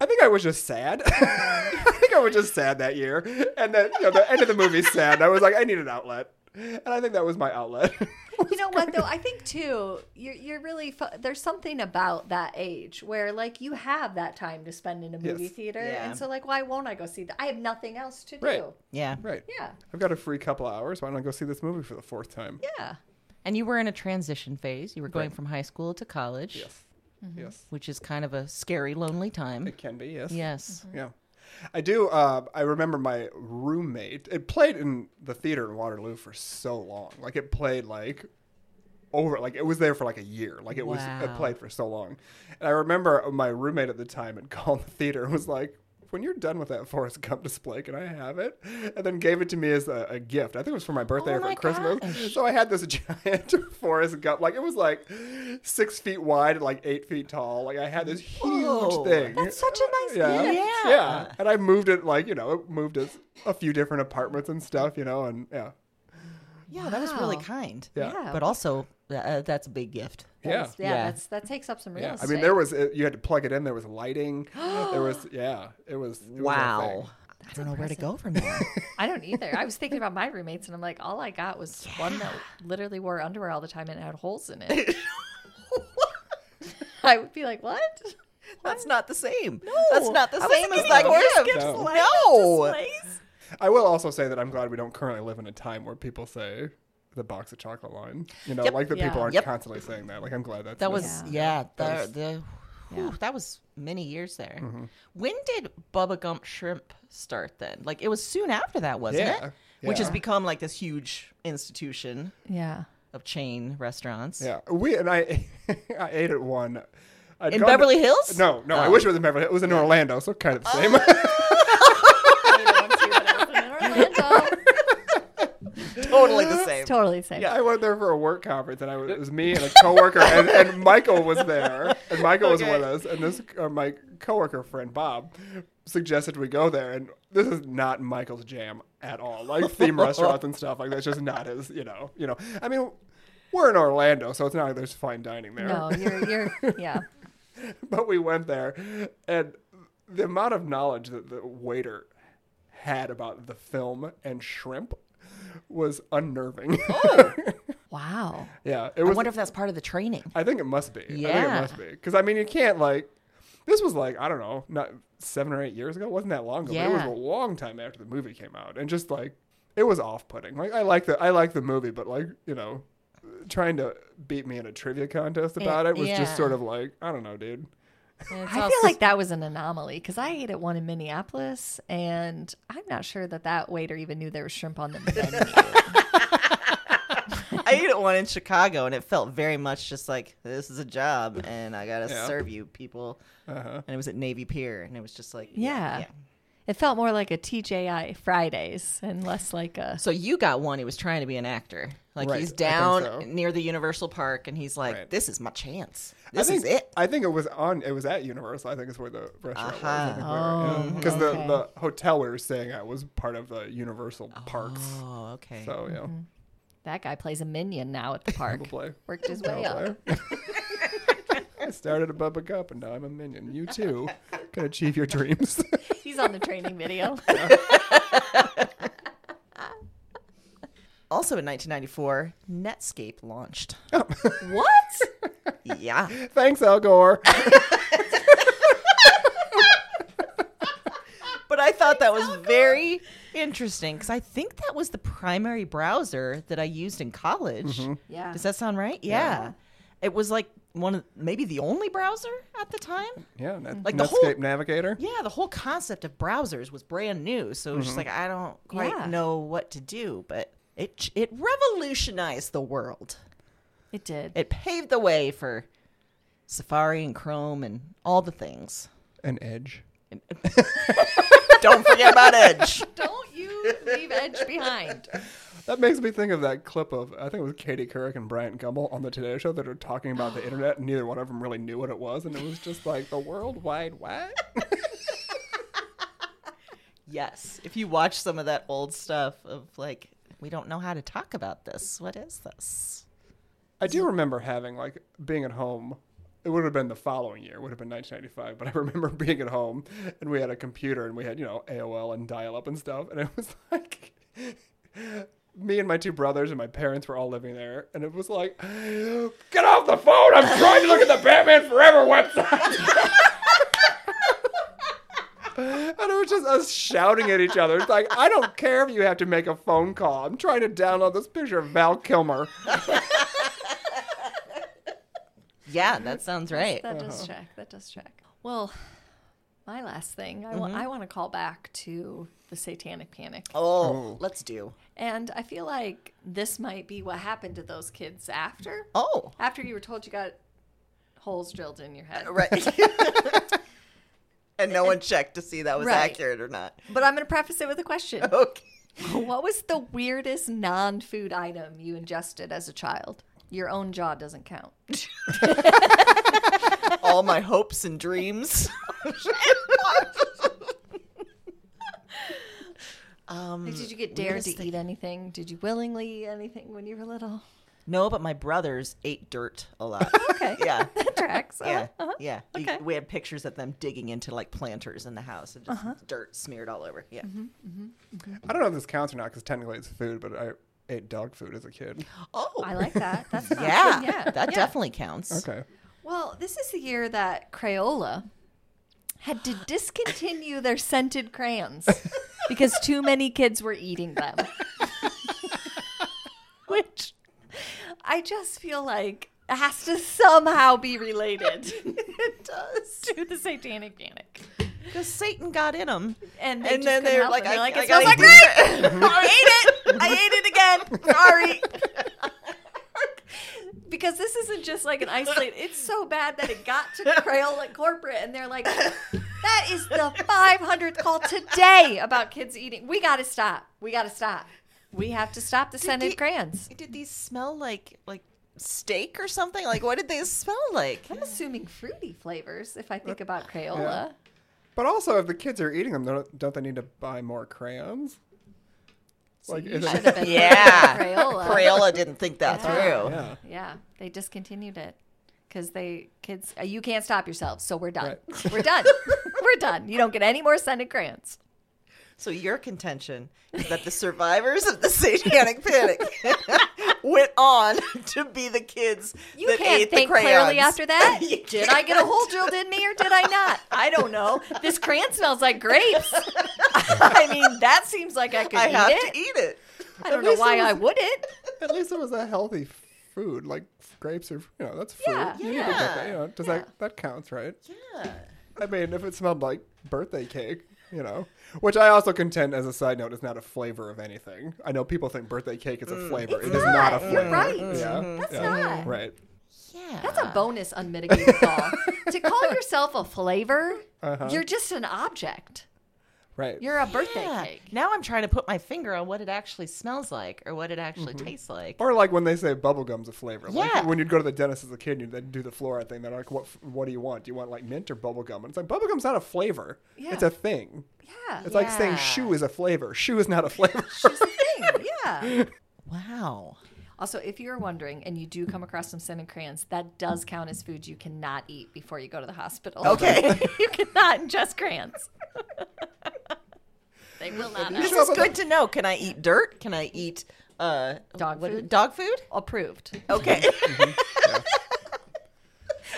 [SPEAKER 1] I think I was just sad. I think I was just sad that year, and then you know, the end of the movie's sad. I was like, I need an outlet, and I think that was my outlet.
[SPEAKER 3] You know what though? I think too. You're you're really fu- there's something about that age where like you have that time to spend in a movie
[SPEAKER 1] Yes.
[SPEAKER 3] theater,
[SPEAKER 2] Yeah.
[SPEAKER 3] and so like why won't I go see that? I have nothing else to do.
[SPEAKER 1] Right.
[SPEAKER 2] Yeah.
[SPEAKER 1] right.
[SPEAKER 3] Yeah.
[SPEAKER 1] I've got a free couple of hours. Why don't I go see this movie for the fourth time?
[SPEAKER 3] Yeah.
[SPEAKER 2] And you were in a transition phase. You were going from high school to college,
[SPEAKER 1] Yes.
[SPEAKER 2] Mm-hmm.
[SPEAKER 1] Yes.
[SPEAKER 2] which is kind of a scary, lonely time.
[SPEAKER 1] It can be. Yes.
[SPEAKER 2] Yes.
[SPEAKER 1] Yeah. I do. Uh, I remember my roommate. It played in the theater in Waterloo for so long. Like it played like over. Like it was there for like a year. Like it was. It
[SPEAKER 2] Wow.
[SPEAKER 1] played for so long. And I remember my roommate at the time had called the theater and was like, "When you're done with that Forrest Gump display, can I have it?" And then gave it to me as a, a gift. I think it was for my birthday
[SPEAKER 2] Oh
[SPEAKER 1] or for
[SPEAKER 2] my
[SPEAKER 1] Christmas. So I had this giant Forrest Gump. Like it was like six feet wide and like eight feet tall. Like I had this huge
[SPEAKER 2] Whoa.
[SPEAKER 1] thing.
[SPEAKER 2] That's such a nice gift.
[SPEAKER 1] Yeah.
[SPEAKER 2] Yeah.
[SPEAKER 1] Yeah. And I moved it like, you know, it moved us a few different apartments and stuff, you know, and yeah.
[SPEAKER 2] Yeah, that was really
[SPEAKER 3] Wow.
[SPEAKER 2] kind.
[SPEAKER 1] Yeah.
[SPEAKER 3] Yeah.
[SPEAKER 2] But also, uh, that's a big gift.
[SPEAKER 1] Yeah.
[SPEAKER 3] That's- yeah,
[SPEAKER 2] Yeah.
[SPEAKER 3] That's that takes up some real
[SPEAKER 1] Yeah. I
[SPEAKER 3] estate.
[SPEAKER 1] mean, there was it, you had to plug it in, there was lighting. there was yeah, it was it was a
[SPEAKER 2] Wow.
[SPEAKER 1] thing.
[SPEAKER 2] I don't know where to go from there.
[SPEAKER 3] I don't either. I was thinking about my roommates, and I'm like, all I got was one that literally wore underwear all the time and had holes in it. I would be like, what?
[SPEAKER 2] That's not the same. No, that's not the
[SPEAKER 3] I wasn't
[SPEAKER 2] same as
[SPEAKER 3] getting
[SPEAKER 2] that
[SPEAKER 3] Forrest
[SPEAKER 2] gift.
[SPEAKER 1] Gump's No.
[SPEAKER 2] No.
[SPEAKER 1] I will also say that I'm glad we don't currently live in a time where people say the box of chocolate line. You know,
[SPEAKER 2] Yep.
[SPEAKER 1] like that people
[SPEAKER 3] Yeah.
[SPEAKER 1] aren't
[SPEAKER 2] Yep.
[SPEAKER 1] constantly saying that. Like I'm glad that's
[SPEAKER 2] That was
[SPEAKER 1] that's-
[SPEAKER 2] yeah.
[SPEAKER 1] That
[SPEAKER 2] the
[SPEAKER 1] was-
[SPEAKER 2] the whew, that was many years there.
[SPEAKER 1] Mm-hmm.
[SPEAKER 2] When did Bubba Gump Shrimp start? Then, like it was soon after that, wasn't
[SPEAKER 1] Yeah,
[SPEAKER 2] it? Which has
[SPEAKER 1] yeah.
[SPEAKER 2] become like this huge institution
[SPEAKER 3] Yeah.
[SPEAKER 2] of chain restaurants.
[SPEAKER 1] Yeah, we and I, I ate at one. I'd
[SPEAKER 2] In
[SPEAKER 1] gone to-
[SPEAKER 2] Beverly Hills?
[SPEAKER 1] No, no. I
[SPEAKER 2] Oh.
[SPEAKER 1] wish it was in Beverly. Hills. It was in Orlando, so kind of the same.
[SPEAKER 2] totally the same.
[SPEAKER 3] It's totally the same.
[SPEAKER 1] I went there for a work conference, and I was, it was me and a coworker, and, and Michael was there, and Michael was
[SPEAKER 2] Okay.
[SPEAKER 1] with us, and this uh, my coworker friend Bob suggested we go there, and this is not Michael's jam at all. Like theme restaurants and stuff like that's just not his. You know, you know. I mean, we're in Orlando, so it's not like there's fine dining there.
[SPEAKER 3] No, you're you're yeah.
[SPEAKER 1] but we went there, and the amount of knowledge that the waiter had about the film and shrimp was unnerving.
[SPEAKER 3] Wow.
[SPEAKER 1] yeah, it
[SPEAKER 2] Oh. I
[SPEAKER 1] was.
[SPEAKER 2] wonder if that's part of the training.
[SPEAKER 1] I think it must be. I think it
[SPEAKER 2] Yeah.
[SPEAKER 1] must be because I mean you can't like. This was like I don't know, not seven or eight years ago. It wasn't that long ago. But it was
[SPEAKER 2] Yeah.
[SPEAKER 1] a long time after the movie came out, and just like it was off-putting. Like I like the I like the movie, but like you know, trying to beat me in a trivia contest about it, was
[SPEAKER 2] Eh, yeah.
[SPEAKER 1] just sort of like I don't know, dude.
[SPEAKER 3] I feel like that was an anomaly because I ate at one in Minneapolis, and I'm not sure that that waiter even knew there was shrimp on the menu.
[SPEAKER 2] I ate at one in Chicago, and it felt very much just like this is a job, and I gotta
[SPEAKER 1] Yeah. Uh-huh.
[SPEAKER 2] serve you people. And it was at Navy Pier, and it was just like
[SPEAKER 3] Yeah. It felt more like a TJI Fridays and less like a.
[SPEAKER 2] So you got one. He was trying to be an actor. Like
[SPEAKER 1] Right, I
[SPEAKER 2] he's
[SPEAKER 1] think
[SPEAKER 2] down
[SPEAKER 1] so.
[SPEAKER 2] near the Universal Park, and he's like,
[SPEAKER 1] Right.
[SPEAKER 2] "This is my chance.
[SPEAKER 1] I
[SPEAKER 2] This
[SPEAKER 1] think
[SPEAKER 2] is it."
[SPEAKER 1] I think it was on. It was at Universal. I think is where the restaurant was.
[SPEAKER 2] Aha. Oh,
[SPEAKER 1] Because
[SPEAKER 3] okay.
[SPEAKER 1] the the hotel we were staying at was part of the Universal parks.
[SPEAKER 2] Oh, okay.
[SPEAKER 1] So yeah,
[SPEAKER 3] That guy plays a minion now at the park.
[SPEAKER 1] probably.
[SPEAKER 3] Worked his way up.
[SPEAKER 1] uh, I started above a cup and now I'm a minion. You too can achieve your dreams.
[SPEAKER 3] He's on the training video.
[SPEAKER 2] Also in 1994, Netscape launched.
[SPEAKER 3] what?
[SPEAKER 2] yeah.
[SPEAKER 1] Thanks, Al Gore.
[SPEAKER 2] But I thought that was very interesting because I think that was the primary browser that I used in college.
[SPEAKER 1] Mm-hmm.
[SPEAKER 3] Yeah.
[SPEAKER 2] Does that sound right? Yeah. It was like one of maybe the only browser at the time.
[SPEAKER 1] Yeah, Net-
[SPEAKER 2] Like the
[SPEAKER 1] Netscape
[SPEAKER 2] whole-
[SPEAKER 1] Navigator.
[SPEAKER 2] Yeah, the whole concept of browsers was brand new. So it was just like I don't quite
[SPEAKER 3] Yeah.
[SPEAKER 2] know what to do, but it ch- it revolutionized the world.
[SPEAKER 3] It did.
[SPEAKER 2] It paved the way for Safari and Chrome and all the things.
[SPEAKER 1] An Edge.
[SPEAKER 2] Don't forget about Edge.
[SPEAKER 3] Don't you leave Edge behind.
[SPEAKER 1] That makes me think of that clip of I think it was Katie Couric and Brian Gumbel on the Today Show that are talking about the internet, and neither one of them really knew what it was, and it was just like the World Wide Web.
[SPEAKER 2] Yes. If you watch some of that old stuff of like, we don't know how to talk about this. What is this?
[SPEAKER 1] I do remember having like being at home. It would have been the following year, would have been 1995, but I remember being at home and we had a computer and we had, you know, AOL and dial up and stuff. And it was like me and my two brothers and my parents were all living there. And it was like, get off the phone! I'm trying to look at the Batman Forever website! And it was just us shouting at each other. It's like, I don't care if you have to make a phone call. I'm trying to download this picture of Val Kilmer.
[SPEAKER 2] Yeah, that sounds right.
[SPEAKER 3] That does check. That does check. Uh-huh. Mm-hmm. Well, my last thing, I, wa- I want to call back to the satanic panic.
[SPEAKER 2] Oh, let's do.
[SPEAKER 3] And I feel like this might be what happened to those kids after.
[SPEAKER 2] Oh,
[SPEAKER 3] After you were told you got holes drilled in your head.
[SPEAKER 2] right. and no one checked to see that was
[SPEAKER 3] Right.
[SPEAKER 2] accurate or not.
[SPEAKER 3] But I'm going to preface it with a question.
[SPEAKER 2] Okay.
[SPEAKER 3] what was the weirdest non food item you ingested as a child? Your own jaw doesn't count.
[SPEAKER 2] All my hopes and dreams. um,
[SPEAKER 3] Did you get dared
[SPEAKER 2] weirdest
[SPEAKER 3] to eat anything? Did you willingly eat anything when you were little?
[SPEAKER 2] no, but my brothers ate dirt a lot.
[SPEAKER 3] Okay.
[SPEAKER 2] Yeah.
[SPEAKER 3] That tracks. Uh-huh,
[SPEAKER 2] Yeah,
[SPEAKER 3] uh-huh.
[SPEAKER 2] yeah. You-
[SPEAKER 3] Okay.
[SPEAKER 2] we had pictures of them digging into like planters in the house and just
[SPEAKER 3] Uh-huh.
[SPEAKER 2] dirt smeared all over. Yeah.
[SPEAKER 3] Mm-hmm.
[SPEAKER 1] I don't know if this counts or not because technically it's food, but I ate dog food as a kid.
[SPEAKER 2] Oh,
[SPEAKER 3] I like that. That's not
[SPEAKER 2] yeah,
[SPEAKER 3] good. yeah.
[SPEAKER 2] that
[SPEAKER 3] yeah.
[SPEAKER 2] definitely counts.
[SPEAKER 1] Okay.
[SPEAKER 3] Well, this is the year that Crayola had to discontinue their scented crayons because too many kids were eating them. Which I just feel like has to somehow be related. it does. To the satanic panic.
[SPEAKER 2] Because Satan got in them,
[SPEAKER 3] And,
[SPEAKER 2] and then they were like,
[SPEAKER 3] I,
[SPEAKER 2] I,
[SPEAKER 3] like,
[SPEAKER 2] I
[SPEAKER 3] it smells like
[SPEAKER 2] gotta
[SPEAKER 3] grape!
[SPEAKER 2] eat this."
[SPEAKER 3] I ate it. I ate it again. Sorry. Because this isn't just like an isolate. It's so bad that it got to Crayola corporate, and they're like, "That is the 500th call today about kids eating. We got to stop. We got to stop. We have to stop the scented
[SPEAKER 2] the-
[SPEAKER 3] crayons."
[SPEAKER 2] Did these smell like like steak or something? Like what did they smell like?
[SPEAKER 3] I'm assuming fruity flavors if I think about Crayola.
[SPEAKER 1] Yeah. But also, if the kids are eating them, don't, don't they need to buy more crayons? Like, is
[SPEAKER 3] Should
[SPEAKER 1] it,
[SPEAKER 3] have been
[SPEAKER 2] Yeah.
[SPEAKER 3] Crayola.
[SPEAKER 2] Crayola didn't think that
[SPEAKER 3] Yeah.
[SPEAKER 2] through.
[SPEAKER 1] yeah.
[SPEAKER 3] Yeah, they discontinued it because they kids. Uh, you can't stop yourselves, so we're done.
[SPEAKER 1] Right.
[SPEAKER 3] We're done. we're done. You don't get any more scented crayons.
[SPEAKER 2] So your contention is that the survivors of the Satanic Panic went on to be the kids
[SPEAKER 3] You
[SPEAKER 2] that
[SPEAKER 3] can't
[SPEAKER 2] ate
[SPEAKER 3] think
[SPEAKER 2] the crayons.
[SPEAKER 3] clearly after that.
[SPEAKER 2] You
[SPEAKER 3] did I get a hole drilled in me or did I not? I don't know. This crayon smells like grapes. I mean, that seems like I could
[SPEAKER 2] I
[SPEAKER 3] eat
[SPEAKER 2] have
[SPEAKER 3] it.
[SPEAKER 2] to eat it.
[SPEAKER 3] I don't
[SPEAKER 1] At
[SPEAKER 3] know
[SPEAKER 1] least
[SPEAKER 3] why
[SPEAKER 1] it was-
[SPEAKER 3] I wouldn't.
[SPEAKER 1] At least it was a healthy f- food. Like, grapes are, you know, that's fruit.
[SPEAKER 3] Yeah.
[SPEAKER 1] You need to get that. You know, does that, that counts, right?
[SPEAKER 2] Yeah.
[SPEAKER 1] I mean, if it smelled like birthday cake, you know, which I also contend, as a side note, is not a flavor of anything. I know people think birthday cake is a flavor. It's not. a
[SPEAKER 3] not.
[SPEAKER 1] flavor.
[SPEAKER 3] You're right.
[SPEAKER 1] Yeah.
[SPEAKER 3] That's
[SPEAKER 1] yeah.
[SPEAKER 3] not.
[SPEAKER 1] Right.
[SPEAKER 2] Yeah.
[SPEAKER 3] That's a bonus
[SPEAKER 2] Uh-huh.
[SPEAKER 3] unmitigated call. to call yourself a flavor, you're just an object.
[SPEAKER 1] Right.
[SPEAKER 3] You're a birthday
[SPEAKER 2] Yeah.
[SPEAKER 3] cake.
[SPEAKER 2] Now I'm trying to put my finger on what it actually smells like or what it actually
[SPEAKER 3] Mm-hmm.
[SPEAKER 2] tastes like.
[SPEAKER 1] or like when they say bubblegum's a flavor. Like
[SPEAKER 2] Yeah.
[SPEAKER 1] when you'd go to the dentist as a kid and you'd they'd do the fluoride thing, they're like, what, f- what do you want? Do you want like mint or bubblegum? And it's like, bubblegum's not a flavor.
[SPEAKER 3] Yeah.
[SPEAKER 1] It's a thing.
[SPEAKER 3] Yeah.
[SPEAKER 1] It's like saying
[SPEAKER 2] Yeah.
[SPEAKER 1] shoe is a flavor. Shoe is not a flavor.
[SPEAKER 3] She's the thing. Yeah.
[SPEAKER 2] Wow.
[SPEAKER 3] Also, if you're wondering and you do come across some cinnamon crayons, that does count as food you cannot eat before you go to the hospital.
[SPEAKER 2] Okay.
[SPEAKER 3] you cannot ingest crayons. they will not.
[SPEAKER 1] You
[SPEAKER 2] This
[SPEAKER 1] show up
[SPEAKER 2] is
[SPEAKER 1] with
[SPEAKER 2] good to know. Can I eat dirt? Can I eat uh,
[SPEAKER 3] Dog
[SPEAKER 2] what-
[SPEAKER 3] food?
[SPEAKER 2] Dog food?
[SPEAKER 3] Approved.
[SPEAKER 2] Okay.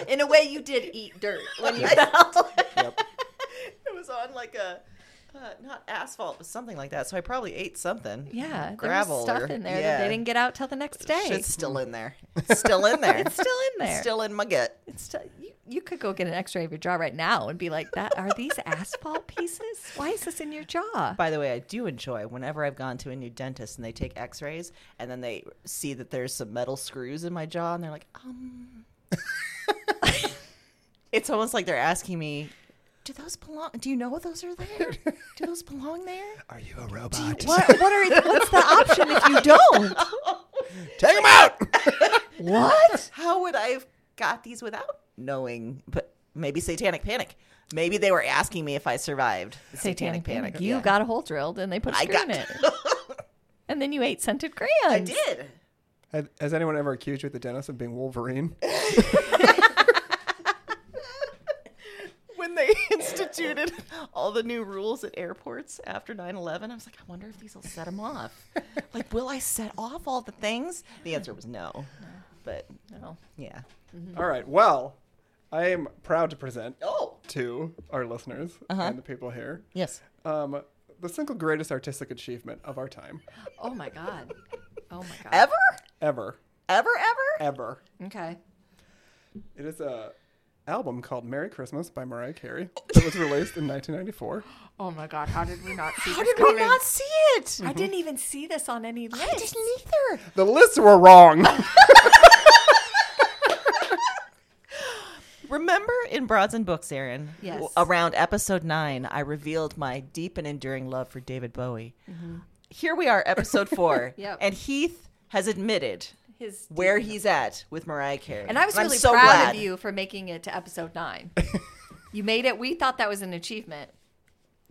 [SPEAKER 3] In a way, you did eat dirt when you.
[SPEAKER 1] yep.
[SPEAKER 2] it was on like a uh, not asphalt, but something like that. So I probably ate something.
[SPEAKER 3] Yeah, there
[SPEAKER 2] gravel
[SPEAKER 3] was stuff
[SPEAKER 2] or-
[SPEAKER 3] in there
[SPEAKER 2] yeah.
[SPEAKER 3] that they didn't get out till the next day.
[SPEAKER 2] Shit's still in there. Still in there.
[SPEAKER 3] It's still in there.
[SPEAKER 2] Still in my gut.
[SPEAKER 3] It's still, you, you could go get an X-ray of your jaw right now and be like, "That are these asphalt pieces? Why is this in your jaw?"
[SPEAKER 2] By the way, I do enjoy whenever I've gone to a new dentist and they take X-rays and then they see that there's some metal screws in my jaw and they're like, um. it's almost like they're asking me, "Do those belong? Do you know those are there? Do those belong there?
[SPEAKER 1] Are you a robot?
[SPEAKER 3] What, what are what's the option if you don't?
[SPEAKER 1] Take him out!
[SPEAKER 3] What?
[SPEAKER 2] How would I have got these without knowing? But maybe satanic panic. Maybe they were asking me if I survived the satanic, panic.
[SPEAKER 3] You
[SPEAKER 2] Yeah.
[SPEAKER 3] got a hole drilled and they put a
[SPEAKER 2] I
[SPEAKER 3] screw
[SPEAKER 2] got
[SPEAKER 3] in it, and then you ate scented crayons.
[SPEAKER 2] I did.
[SPEAKER 1] Has- Has anyone ever accused you at the dentist of being Wolverine?
[SPEAKER 2] when they instituted all the new rules at airports after 9-11 i was like i wonder if these will set them off like will i set off all the things the answer was no, but
[SPEAKER 3] No.
[SPEAKER 2] yeah
[SPEAKER 1] All right. Well, I am proud to present
[SPEAKER 2] oh
[SPEAKER 1] to our listeners
[SPEAKER 3] Uh-huh.
[SPEAKER 1] and the people here
[SPEAKER 2] yes
[SPEAKER 1] um, the single greatest artistic achievement of our time
[SPEAKER 3] Oh my god. Oh my god.
[SPEAKER 2] ever
[SPEAKER 1] ever,
[SPEAKER 2] ever ever
[SPEAKER 1] ever.
[SPEAKER 3] Okay.
[SPEAKER 1] It is a album called "Merry Christmas" by Mariah Carey that was released in 1994.
[SPEAKER 3] Oh my god. How did we not Mhm. see
[SPEAKER 2] how did we not see it
[SPEAKER 3] I didn't even see this on any list.
[SPEAKER 2] i didn't either
[SPEAKER 1] The lists were wrong.
[SPEAKER 2] remember in broads and books aaron
[SPEAKER 3] Yes.
[SPEAKER 2] w- around episode 9 i revealed my deep and enduring love for david bowie here we are episode 4
[SPEAKER 3] Yep.
[SPEAKER 2] and heath has admitted
[SPEAKER 3] His
[SPEAKER 2] where he's at with Mariah Carey.
[SPEAKER 3] And I was
[SPEAKER 2] I'm
[SPEAKER 3] really
[SPEAKER 2] so
[SPEAKER 3] proud
[SPEAKER 2] glad.
[SPEAKER 3] of you for making it to episode nine. you made it. We thought that was an achievement.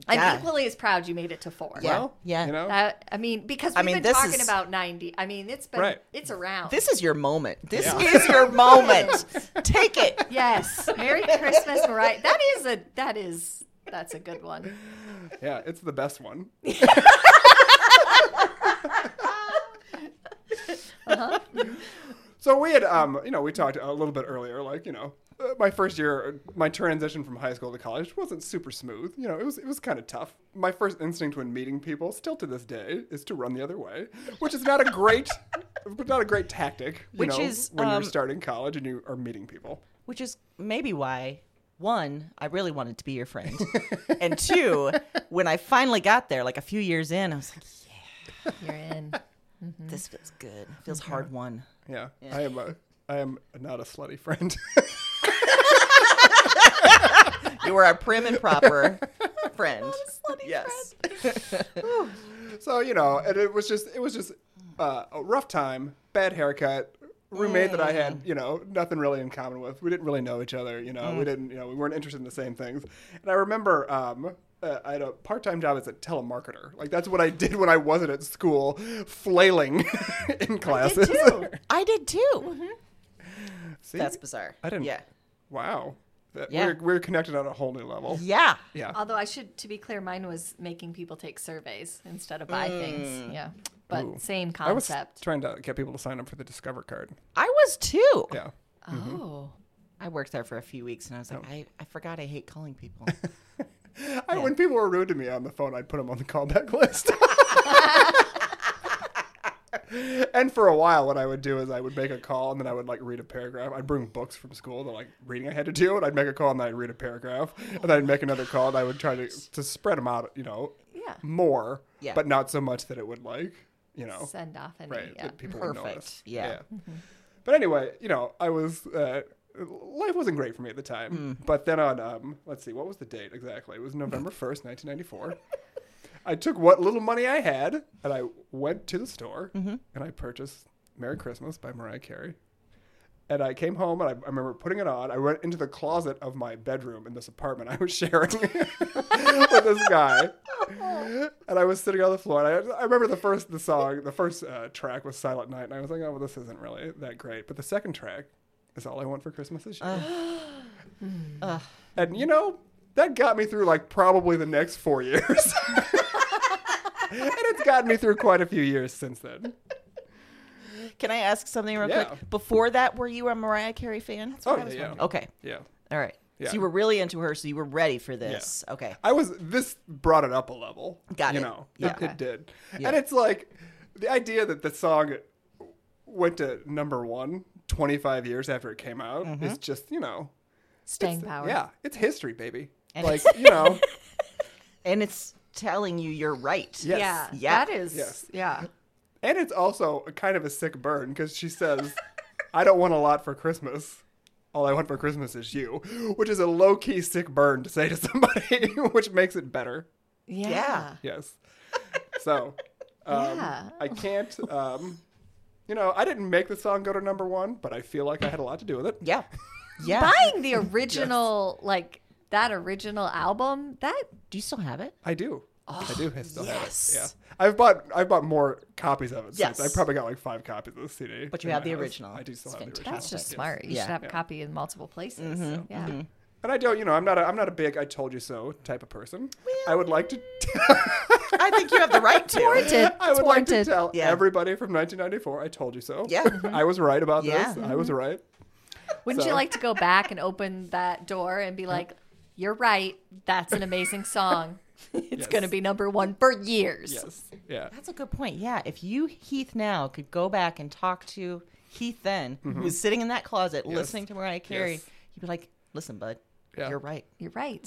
[SPEAKER 2] Yeah.
[SPEAKER 3] I'm equally as proud you made it to four.
[SPEAKER 2] Yeah.
[SPEAKER 1] Well,
[SPEAKER 2] yeah.
[SPEAKER 1] You know,
[SPEAKER 3] That- I mean, because
[SPEAKER 2] I
[SPEAKER 3] we've
[SPEAKER 2] mean,
[SPEAKER 3] been
[SPEAKER 2] this
[SPEAKER 3] talking
[SPEAKER 2] is-
[SPEAKER 3] about 90. I mean, it's been,
[SPEAKER 1] Right.
[SPEAKER 3] it's around.
[SPEAKER 2] This is your moment. This
[SPEAKER 1] Yeah.
[SPEAKER 2] is your moment. Take it.
[SPEAKER 3] yes. Merry Christmas, Mariah. That is a, that is, that's a good one.
[SPEAKER 1] yeah, it's the best one.
[SPEAKER 2] Uh-huh.
[SPEAKER 1] So we had, um, you know, we talked a little bit earlier, like, you know, uh, my first year, uh, my transition from high school to college wasn't super smooth. You know, it was it was kind of tough. My first instinct when meeting people, still to this day, is to run the other way, which is not a great, but not a great tactic. You
[SPEAKER 2] Which
[SPEAKER 1] know,
[SPEAKER 2] is,
[SPEAKER 1] when
[SPEAKER 2] um,
[SPEAKER 1] you're starting college and you are meeting people.
[SPEAKER 2] Which is maybe why one, I really wanted to be your friend. and two, when I finally got there, like a few years in, I was like,
[SPEAKER 3] You're in.
[SPEAKER 2] this feels good. Feels hard won.
[SPEAKER 1] Yeah, I am a, I am not a slutty friend.
[SPEAKER 2] You were a prim and proper friend. yes.
[SPEAKER 1] so you know, and it was just it was just uh, a rough time, bad haircut. Roommate that I had,
[SPEAKER 2] Mm-hmm.
[SPEAKER 1] you know, nothing really in common with. We didn't really know each other, you know.
[SPEAKER 2] Mm.
[SPEAKER 1] We didn't, you know, we weren't interested in the same things. And I remember um, uh, I had a part-time job as a telemarketer. Like that's what I did when I wasn't at school, flailing in classes.
[SPEAKER 2] I did too.
[SPEAKER 1] See?
[SPEAKER 2] That's bizarre.
[SPEAKER 1] I didn't.
[SPEAKER 2] Yeah.
[SPEAKER 1] Wow. That,
[SPEAKER 2] Yeah.
[SPEAKER 1] we're, we're connected on a whole new level.
[SPEAKER 2] Yeah.
[SPEAKER 1] Yeah.
[SPEAKER 3] Although I should, to be clear, mine was making people take surveys instead of buy things. Yeah. But
[SPEAKER 1] Mm. Ooh.
[SPEAKER 3] same
[SPEAKER 1] I was
[SPEAKER 3] concept.
[SPEAKER 1] trying to get people to sign up for the Discover card.
[SPEAKER 2] I was too.
[SPEAKER 1] Yeah. mm-hmm.
[SPEAKER 3] Oh.
[SPEAKER 2] I worked there for a few weeks and I was
[SPEAKER 1] Oh.
[SPEAKER 2] like, I, I forgot I hate calling people.
[SPEAKER 1] I, when people were rude to me on the phone, I'd put them on the callback list. and for a while, what I would do is I would make a call and then I would like read a paragraph. I'd bring books from school, the like reading I had to do, and I'd make a call and then I'd read a paragraph, and then I'd make another call and I would try to to spread them out, you know,
[SPEAKER 3] Yeah.
[SPEAKER 1] more,
[SPEAKER 2] Yeah.
[SPEAKER 1] but not so much that it would like, you know,
[SPEAKER 3] Send off and
[SPEAKER 1] right?
[SPEAKER 3] yeah. Mm-hmm.
[SPEAKER 1] That people would
[SPEAKER 2] Perfect.
[SPEAKER 1] notice.
[SPEAKER 2] Yeah.
[SPEAKER 1] But anyway, you know, I was uh, life wasn't great for me at the time.
[SPEAKER 3] Mm.
[SPEAKER 1] But then on, um, let's see, what was the date exactly? It was November 1st, 1994. I took what little money I had and I went to the store
[SPEAKER 3] Mm-hmm.
[SPEAKER 1] and I purchased Merry Christmas by Mariah Carey. And I came home and I, I remember putting it on. I went into the closet of my bedroom in this apartment I was sharing with this guy. And I was sitting on the floor. And I, I remember the first the song, the first uh, track was Silent Night. And I was like, oh, well, this isn't really that great. But the second track is All I Want for Christmas Is You. and you know, that got me through like probably the next four years. and it's gotten me through quite a few years since then.
[SPEAKER 2] Can I ask something real
[SPEAKER 1] Yeah.
[SPEAKER 2] quick? Before that, were you a Mariah Carey fan?
[SPEAKER 1] Oh, yeah, yeah.
[SPEAKER 2] Okay.
[SPEAKER 1] Yeah.
[SPEAKER 2] All right.
[SPEAKER 1] Yeah.
[SPEAKER 2] So you were really into her, so you were ready for this. Okay.
[SPEAKER 1] I was this brought it up a level.
[SPEAKER 2] Got
[SPEAKER 1] you
[SPEAKER 2] it.
[SPEAKER 1] know,
[SPEAKER 2] Yeah.
[SPEAKER 1] it, it did,
[SPEAKER 2] Yeah.
[SPEAKER 1] and it's like the idea that the song went to number one 25 years after it came out
[SPEAKER 2] Mm-hmm.
[SPEAKER 1] is just you know,
[SPEAKER 3] Staying power.
[SPEAKER 1] yeah, it's history, baby.
[SPEAKER 2] And
[SPEAKER 1] like you know,
[SPEAKER 2] And it's telling you you're right.
[SPEAKER 1] yes.
[SPEAKER 3] Yeah,
[SPEAKER 2] Yeah.
[SPEAKER 3] That is.
[SPEAKER 1] Yes.
[SPEAKER 3] Yeah.
[SPEAKER 1] and it's also a kind of a sick burn because she says, "I don't want a lot for Christmas." All I want for Christmas is you, which is a low key sick burn to say to somebody, which makes it better.
[SPEAKER 3] Yeah.
[SPEAKER 2] Yeah.
[SPEAKER 1] Yes. So, um,
[SPEAKER 3] Yeah.
[SPEAKER 1] I can't. Um, you know, I didn't make the song go to number one, but I feel like I had a lot to do with it.
[SPEAKER 2] Yeah. Yeah.
[SPEAKER 3] Buying the original, like that original album, that
[SPEAKER 2] Do you still have it?
[SPEAKER 1] I do. I do still have
[SPEAKER 2] Oh, yes.
[SPEAKER 1] it. Yeah, I've bought I've bought more copies of it.
[SPEAKER 2] Yes.
[SPEAKER 1] since. I probably got like five copies of the CD.
[SPEAKER 2] But you
[SPEAKER 1] in
[SPEAKER 2] have
[SPEAKER 1] my
[SPEAKER 2] the
[SPEAKER 1] house.
[SPEAKER 2] original.
[SPEAKER 1] I do still
[SPEAKER 2] It's
[SPEAKER 1] have the original.
[SPEAKER 3] that's
[SPEAKER 1] Yes.
[SPEAKER 3] just
[SPEAKER 1] Mm-hmm.
[SPEAKER 3] smart. You
[SPEAKER 2] Yeah.
[SPEAKER 3] should have a copy in multiple places. Yeah.
[SPEAKER 1] And I don't, you know, I'm not a, I'm not a big "I told you so" type of person. I would like to.
[SPEAKER 2] I think you have the right to.
[SPEAKER 3] Warranted.
[SPEAKER 1] I
[SPEAKER 3] It's
[SPEAKER 1] would like to
[SPEAKER 3] warranted.
[SPEAKER 1] tell
[SPEAKER 2] Yeah.
[SPEAKER 1] everybody from 1994. I told you so.
[SPEAKER 2] Yeah. Mhm.
[SPEAKER 1] I was right about
[SPEAKER 2] Yeah. Mm-hmm.
[SPEAKER 1] this. I was right.
[SPEAKER 3] Wouldn't you
[SPEAKER 1] So-
[SPEAKER 3] like to go back and open that door and be like, "You're right. That's an amazing song. It's going to be number one for years."
[SPEAKER 1] Yes. Yeah.
[SPEAKER 2] That's a good point. Yeah. If you, Heath, now could go back and talk to Heath then, who was sitting in that closet listening to Mariah Carey,
[SPEAKER 1] Mm-hmm. Yes.
[SPEAKER 2] you'd be like, listen, bud,
[SPEAKER 1] Yeah.
[SPEAKER 2] you're right.
[SPEAKER 3] You're right.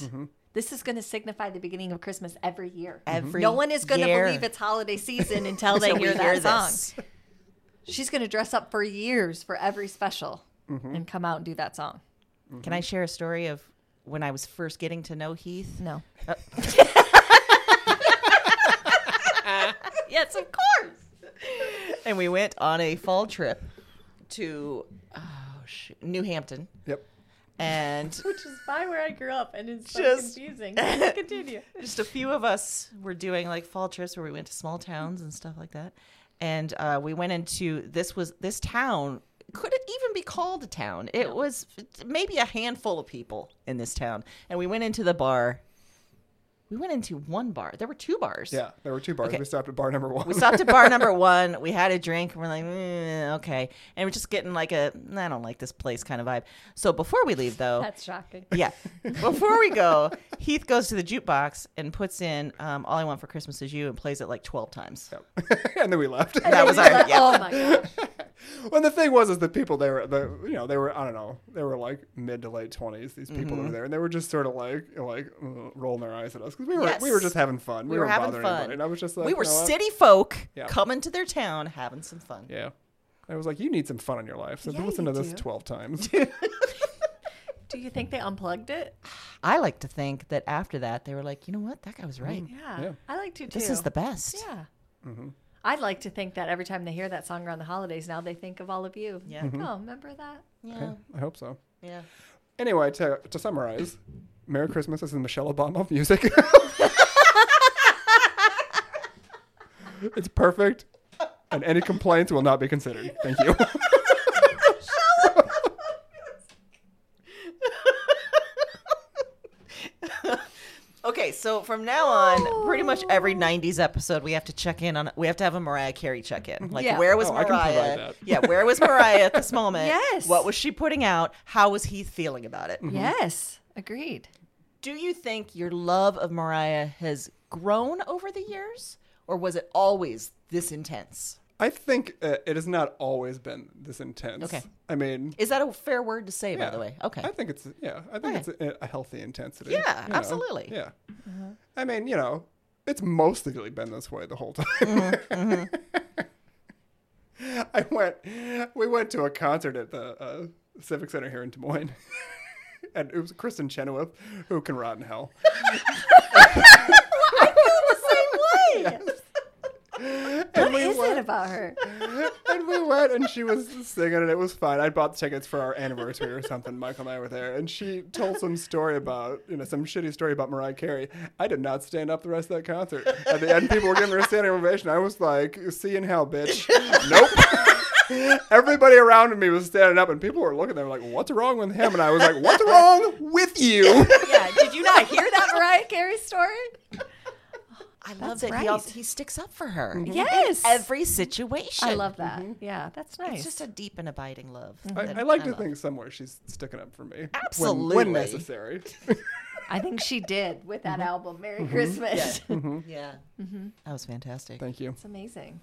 [SPEAKER 3] This is going to signify the beginning of Christmas every year.
[SPEAKER 2] Mm-hmm. Every
[SPEAKER 3] Mm-hmm. no one is going to
[SPEAKER 2] year.
[SPEAKER 3] believe it's holiday season until they
[SPEAKER 2] Until we
[SPEAKER 3] hear that
[SPEAKER 2] hear
[SPEAKER 3] song.
[SPEAKER 2] this.
[SPEAKER 3] She's going to dress up for years for every special
[SPEAKER 2] Mm-hmm.
[SPEAKER 3] and come out and do that song.
[SPEAKER 2] Can I share a story of when I was first getting to know Heath?
[SPEAKER 3] No.
[SPEAKER 2] Uh,
[SPEAKER 3] yes, of course.
[SPEAKER 2] and we went on a fall trip to oh, shoot, New Hampton.
[SPEAKER 1] Yep.
[SPEAKER 2] And
[SPEAKER 4] Which is by where I grew up, and it's so
[SPEAKER 2] Just-
[SPEAKER 4] confusing. Continue.
[SPEAKER 2] just a few of us were doing like fall trips where we went to small towns and stuff like that. And uh, we went into this was this town could it even be called a town? It was maybe a handful of people in this town. And we went into the bar. We went into one bar. There were two bars.
[SPEAKER 1] Yeah. There were two bars.
[SPEAKER 2] Okay.
[SPEAKER 1] We stopped at bar number one.
[SPEAKER 2] We stopped at bar number one. We had a drink. And we're like, "Mm, okay. And we're just getting like a, I don't like this place kind of vibe. So before we leave, though,
[SPEAKER 3] That's shocking.
[SPEAKER 2] yeah. Before we go, Heath goes to the jukebox and puts in um, "All I Want for Christmas Is You" and plays it like twelve times.
[SPEAKER 1] and then we left.
[SPEAKER 2] That was our yeah.
[SPEAKER 3] Oh my god.
[SPEAKER 1] Well, the thing was, is the people they were, the you know, they were I don't know, they were like mid to late twenties. These people
[SPEAKER 2] Mm-hmm.
[SPEAKER 1] over there, and they were just sort of like like uh, rolling their eyes at us because we were we were
[SPEAKER 2] Yes.
[SPEAKER 1] just having fun. We,
[SPEAKER 2] We were
[SPEAKER 1] weren't
[SPEAKER 2] having
[SPEAKER 1] bothering
[SPEAKER 2] fun.
[SPEAKER 1] anybody, and I was just like,
[SPEAKER 2] we were
[SPEAKER 1] you know what?
[SPEAKER 2] city folk
[SPEAKER 1] Yeah.
[SPEAKER 2] coming to their town, having some fun.
[SPEAKER 1] Yeah, I was like, you need some fun in your life. So
[SPEAKER 3] Yeah,
[SPEAKER 1] listen to
[SPEAKER 3] you
[SPEAKER 1] this
[SPEAKER 3] do.
[SPEAKER 1] twelve times.
[SPEAKER 3] Do you think they unplugged it?
[SPEAKER 2] I like to think that after that, they were like, you know what, that guy was right.
[SPEAKER 3] Yeah.
[SPEAKER 1] Yeah.
[SPEAKER 3] I like to too.
[SPEAKER 2] This is the best.
[SPEAKER 3] Yeah.
[SPEAKER 1] Mm-hmm.
[SPEAKER 3] I'd like to think that every time they hear that song around the holidays, now they think of all of you.
[SPEAKER 2] Yeah.
[SPEAKER 1] Mm-hmm.
[SPEAKER 3] Oh, remember that?
[SPEAKER 2] yeah,
[SPEAKER 1] Yeah, I hope so.
[SPEAKER 2] yeah.
[SPEAKER 1] Anyway, to to summarize, Merry Christmas is the Michelle Obama of music. it's perfect, and any complaints will not be considered. Thank you.
[SPEAKER 2] Okay, so from now on, pretty much every
[SPEAKER 3] Oh.
[SPEAKER 2] '90s episode, we have to check in on. We have to have a Mariah Carey check in. Like,
[SPEAKER 3] Mm-hmm. Yeah.
[SPEAKER 2] where was
[SPEAKER 1] Oh, I can
[SPEAKER 2] Mariah?
[SPEAKER 1] provide that.
[SPEAKER 2] Yeah, where was Mariah at this moment?
[SPEAKER 3] Yes.
[SPEAKER 2] What was she putting out? How was Heath feeling about it?
[SPEAKER 1] Mm-hmm.
[SPEAKER 3] Yes. Agreed.
[SPEAKER 2] Do you think your love of Mariah has grown over the years, or was it always this intense?
[SPEAKER 1] I think uh, it has not always been this intense.
[SPEAKER 2] Okay.
[SPEAKER 1] I mean,
[SPEAKER 2] Is that a fair word to say?
[SPEAKER 1] yeah.
[SPEAKER 2] By the way, okay.
[SPEAKER 1] I think it's yeah. I think
[SPEAKER 2] Okay.
[SPEAKER 1] it's a, a healthy intensity.
[SPEAKER 2] Yeah,
[SPEAKER 1] you know?
[SPEAKER 2] absolutely.
[SPEAKER 1] Yeah. I mean, you know, it's mostly really been this way the whole time.
[SPEAKER 2] Mm-hmm,
[SPEAKER 1] I went, we went to a concert at the uh, Civic Center here in Des Moines. and it was Kristen Chenoweth, who can rot in hell.
[SPEAKER 3] I feel the same way.
[SPEAKER 1] and
[SPEAKER 3] What
[SPEAKER 1] we
[SPEAKER 3] is it
[SPEAKER 1] went,
[SPEAKER 3] about her?
[SPEAKER 1] and we went, and she was singing, and it was fine. I bought tickets for our anniversary or something. Michael and I were there, and she told some story about, you know, some shitty story about Mariah Carey. I did not stand up the rest of that concert. At the end, people were giving her a standing ovation. I was like, "See in hell, bitch." nope. Everybody around me was standing up, and people were looking. They were like, "What's wrong with him?" And I was like, "What's wrong with you?"
[SPEAKER 3] Yeah, did you not hear that Mariah Carey story?
[SPEAKER 2] I love
[SPEAKER 3] That's
[SPEAKER 2] that he
[SPEAKER 3] right.
[SPEAKER 2] also, he sticks up for her.
[SPEAKER 1] Mm-hmm.
[SPEAKER 2] in
[SPEAKER 3] Yes.
[SPEAKER 2] Every situation.
[SPEAKER 3] I love that. Yeah, that's nice.
[SPEAKER 2] It's just a deep and abiding love. that
[SPEAKER 1] I, I like to
[SPEAKER 2] love.
[SPEAKER 1] think somewhere she's sticking up for me. when- When,
[SPEAKER 2] Absolutely.
[SPEAKER 1] necessary.
[SPEAKER 3] I think she did with that
[SPEAKER 1] Mm-hmm.
[SPEAKER 3] album, Merry Christmas.
[SPEAKER 2] Yeah. Mm-hmm. That was fantastic.
[SPEAKER 1] Thank you.
[SPEAKER 3] It's amazing.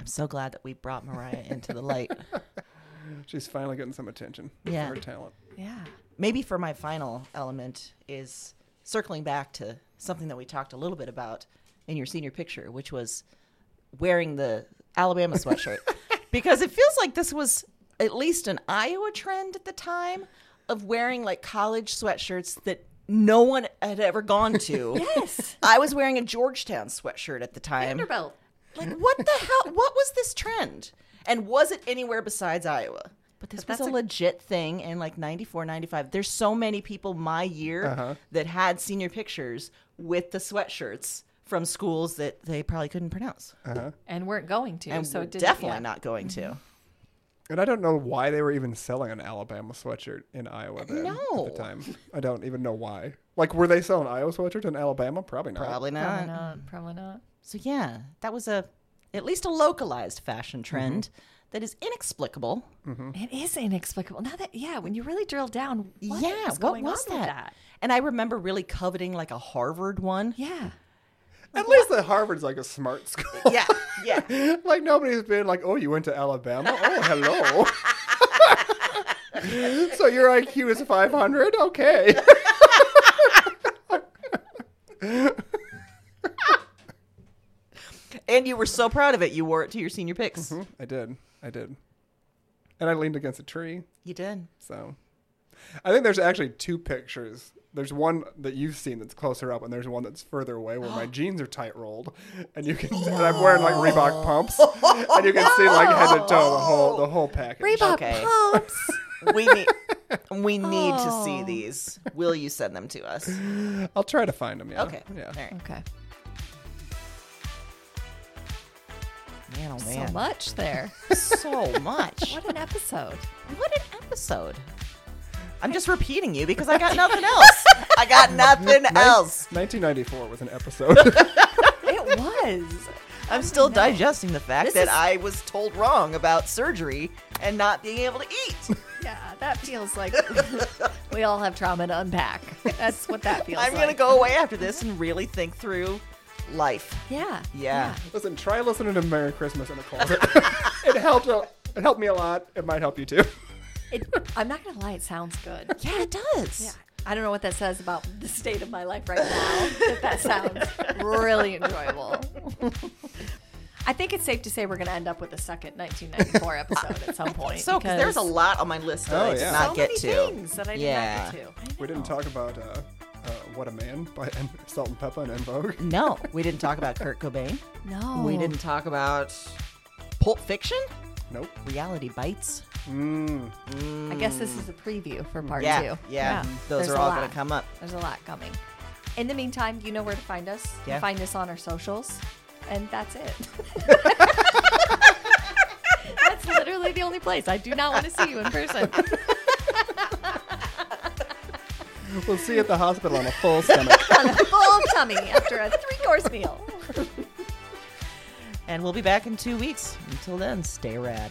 [SPEAKER 2] I'm so glad that we brought Mariah into the light.
[SPEAKER 1] She's finally getting some attention
[SPEAKER 2] Yeah.
[SPEAKER 1] for her talent.
[SPEAKER 3] Yeah.
[SPEAKER 2] Maybe for my final element is circling back to something that we talked a little bit about in your senior picture, which was wearing the Alabama sweatshirt. because it feels like this was at least an Iowa trend at the time of wearing like college sweatshirts that no one had ever gone to.
[SPEAKER 3] Yes.
[SPEAKER 2] I was wearing a Georgetown sweatshirt at the time.
[SPEAKER 3] Vanderbilt.
[SPEAKER 2] Like, what the hell? What was this trend? And was it anywhere besides Iowa? But this was
[SPEAKER 3] that's
[SPEAKER 2] a,
[SPEAKER 3] a-
[SPEAKER 2] legit thing in like 94, 95. There's so many people my year that had senior pictures with the sweatshirts from schools that they probably couldn't pronounce.
[SPEAKER 1] Oh. Uh-huh.
[SPEAKER 3] And weren't going to,
[SPEAKER 2] and
[SPEAKER 3] so
[SPEAKER 2] were
[SPEAKER 3] it didn't.
[SPEAKER 2] definitely
[SPEAKER 3] yeah.
[SPEAKER 2] not going to.
[SPEAKER 1] And I don't know why they were even selling an Alabama sweatshirt in Iowa then,
[SPEAKER 2] No.
[SPEAKER 1] at the time. I don't even know why. Like, were they selling Iowa sweatshirts in Alabama? Probably not.
[SPEAKER 2] Probably not.
[SPEAKER 3] Probably not. Probably not.
[SPEAKER 2] So yeah, that was a at least a localized fashion trend that is inexplicable.
[SPEAKER 3] It is inexplicable. Now that yeah, when you really drill down, what
[SPEAKER 2] yeah,
[SPEAKER 3] was
[SPEAKER 2] what
[SPEAKER 3] going
[SPEAKER 2] was
[SPEAKER 3] on with
[SPEAKER 2] that? And I remember really coveting like a Harvard one.
[SPEAKER 3] Yeah.
[SPEAKER 1] At least the Harvard's like a smart school.
[SPEAKER 2] Yeah, yeah.
[SPEAKER 1] like, nobody's been like, oh, you went to Alabama? Oh, hello. so your IQ is 500? Okay.
[SPEAKER 2] And you were so proud of it, you wore it to your senior pics.
[SPEAKER 1] I did. I did. And I leaned against a tree.
[SPEAKER 2] You did.
[SPEAKER 1] So I think there's actually two pictures. There's one that you've seen that's closer up, and there's one that's further away where my jeans are tight rolled, and you can. And I'm wearing like Reebok pumps, and you can see like head to toe the whole the whole package.
[SPEAKER 3] Reebok
[SPEAKER 2] Okay.
[SPEAKER 3] pumps.
[SPEAKER 2] We need we need to see these. Will you send them to us?
[SPEAKER 1] I'll try to find them. Yeah.
[SPEAKER 2] Okay.
[SPEAKER 1] Yeah.
[SPEAKER 2] All right.
[SPEAKER 3] okay.
[SPEAKER 2] Man, oh
[SPEAKER 3] So
[SPEAKER 2] man.
[SPEAKER 3] much there.
[SPEAKER 2] So much.
[SPEAKER 3] What an episode.
[SPEAKER 2] What an episode. I'm just repeating you because I got nothing else. I got nothing else.
[SPEAKER 1] 1994 was an episode.
[SPEAKER 3] It was.
[SPEAKER 2] I'm still digesting the fact
[SPEAKER 3] This
[SPEAKER 2] that
[SPEAKER 3] is-
[SPEAKER 2] I was told wrong about surgery and not being able to eat.
[SPEAKER 3] Yeah, that feels like we all have trauma to unpack. That's what that feels
[SPEAKER 2] I'm
[SPEAKER 3] like.
[SPEAKER 2] going to go away after this and really think through life.
[SPEAKER 3] Yeah.
[SPEAKER 2] Yeah.
[SPEAKER 1] Listen, try listening to "Merry Christmas" in a closet. it helped. a- It helped me a lot. It might help you too.
[SPEAKER 3] It, I'm not going to lie, it sounds good.
[SPEAKER 2] Yeah, it does.
[SPEAKER 3] Yeah. I don't know what that says about the state of my life right now, but that sounds really enjoyable. I think it's safe to say we're going to end up with a second 1994 episode at some point.
[SPEAKER 2] So, because there's a lot on my list that
[SPEAKER 1] Oh,
[SPEAKER 2] I did
[SPEAKER 1] yeah.
[SPEAKER 2] not
[SPEAKER 3] so
[SPEAKER 2] get
[SPEAKER 3] many
[SPEAKER 2] to.
[SPEAKER 3] things that I did
[SPEAKER 2] Yeah.
[SPEAKER 3] not get to.
[SPEAKER 1] We didn't
[SPEAKER 3] Oh.
[SPEAKER 1] talk about uh, uh, "What a Man" by En- Salt and Pepper and En Vogue.
[SPEAKER 2] No, we didn't talk about Kurt Cobain.
[SPEAKER 3] No,
[SPEAKER 2] We didn't talk about Pulp Fiction.
[SPEAKER 1] Nope.
[SPEAKER 2] Reality bites.
[SPEAKER 1] Mm.
[SPEAKER 3] I guess this is a preview for part
[SPEAKER 2] Yeah,
[SPEAKER 3] two.
[SPEAKER 2] yeah. Those
[SPEAKER 3] There's
[SPEAKER 2] are
[SPEAKER 3] a
[SPEAKER 2] all
[SPEAKER 3] lot.
[SPEAKER 2] going to come up.
[SPEAKER 3] There's a lot coming. In the meantime, you know where to find us. You
[SPEAKER 2] Yeah.
[SPEAKER 3] Find us on our socials, and that's it. that's literally the only place. I do not want to see you in person.
[SPEAKER 1] We'll see you at the hospital on a full stomach.
[SPEAKER 3] on a full tummy after a three course meal.
[SPEAKER 2] And we'll be back in two weeks. Until then, stay rad.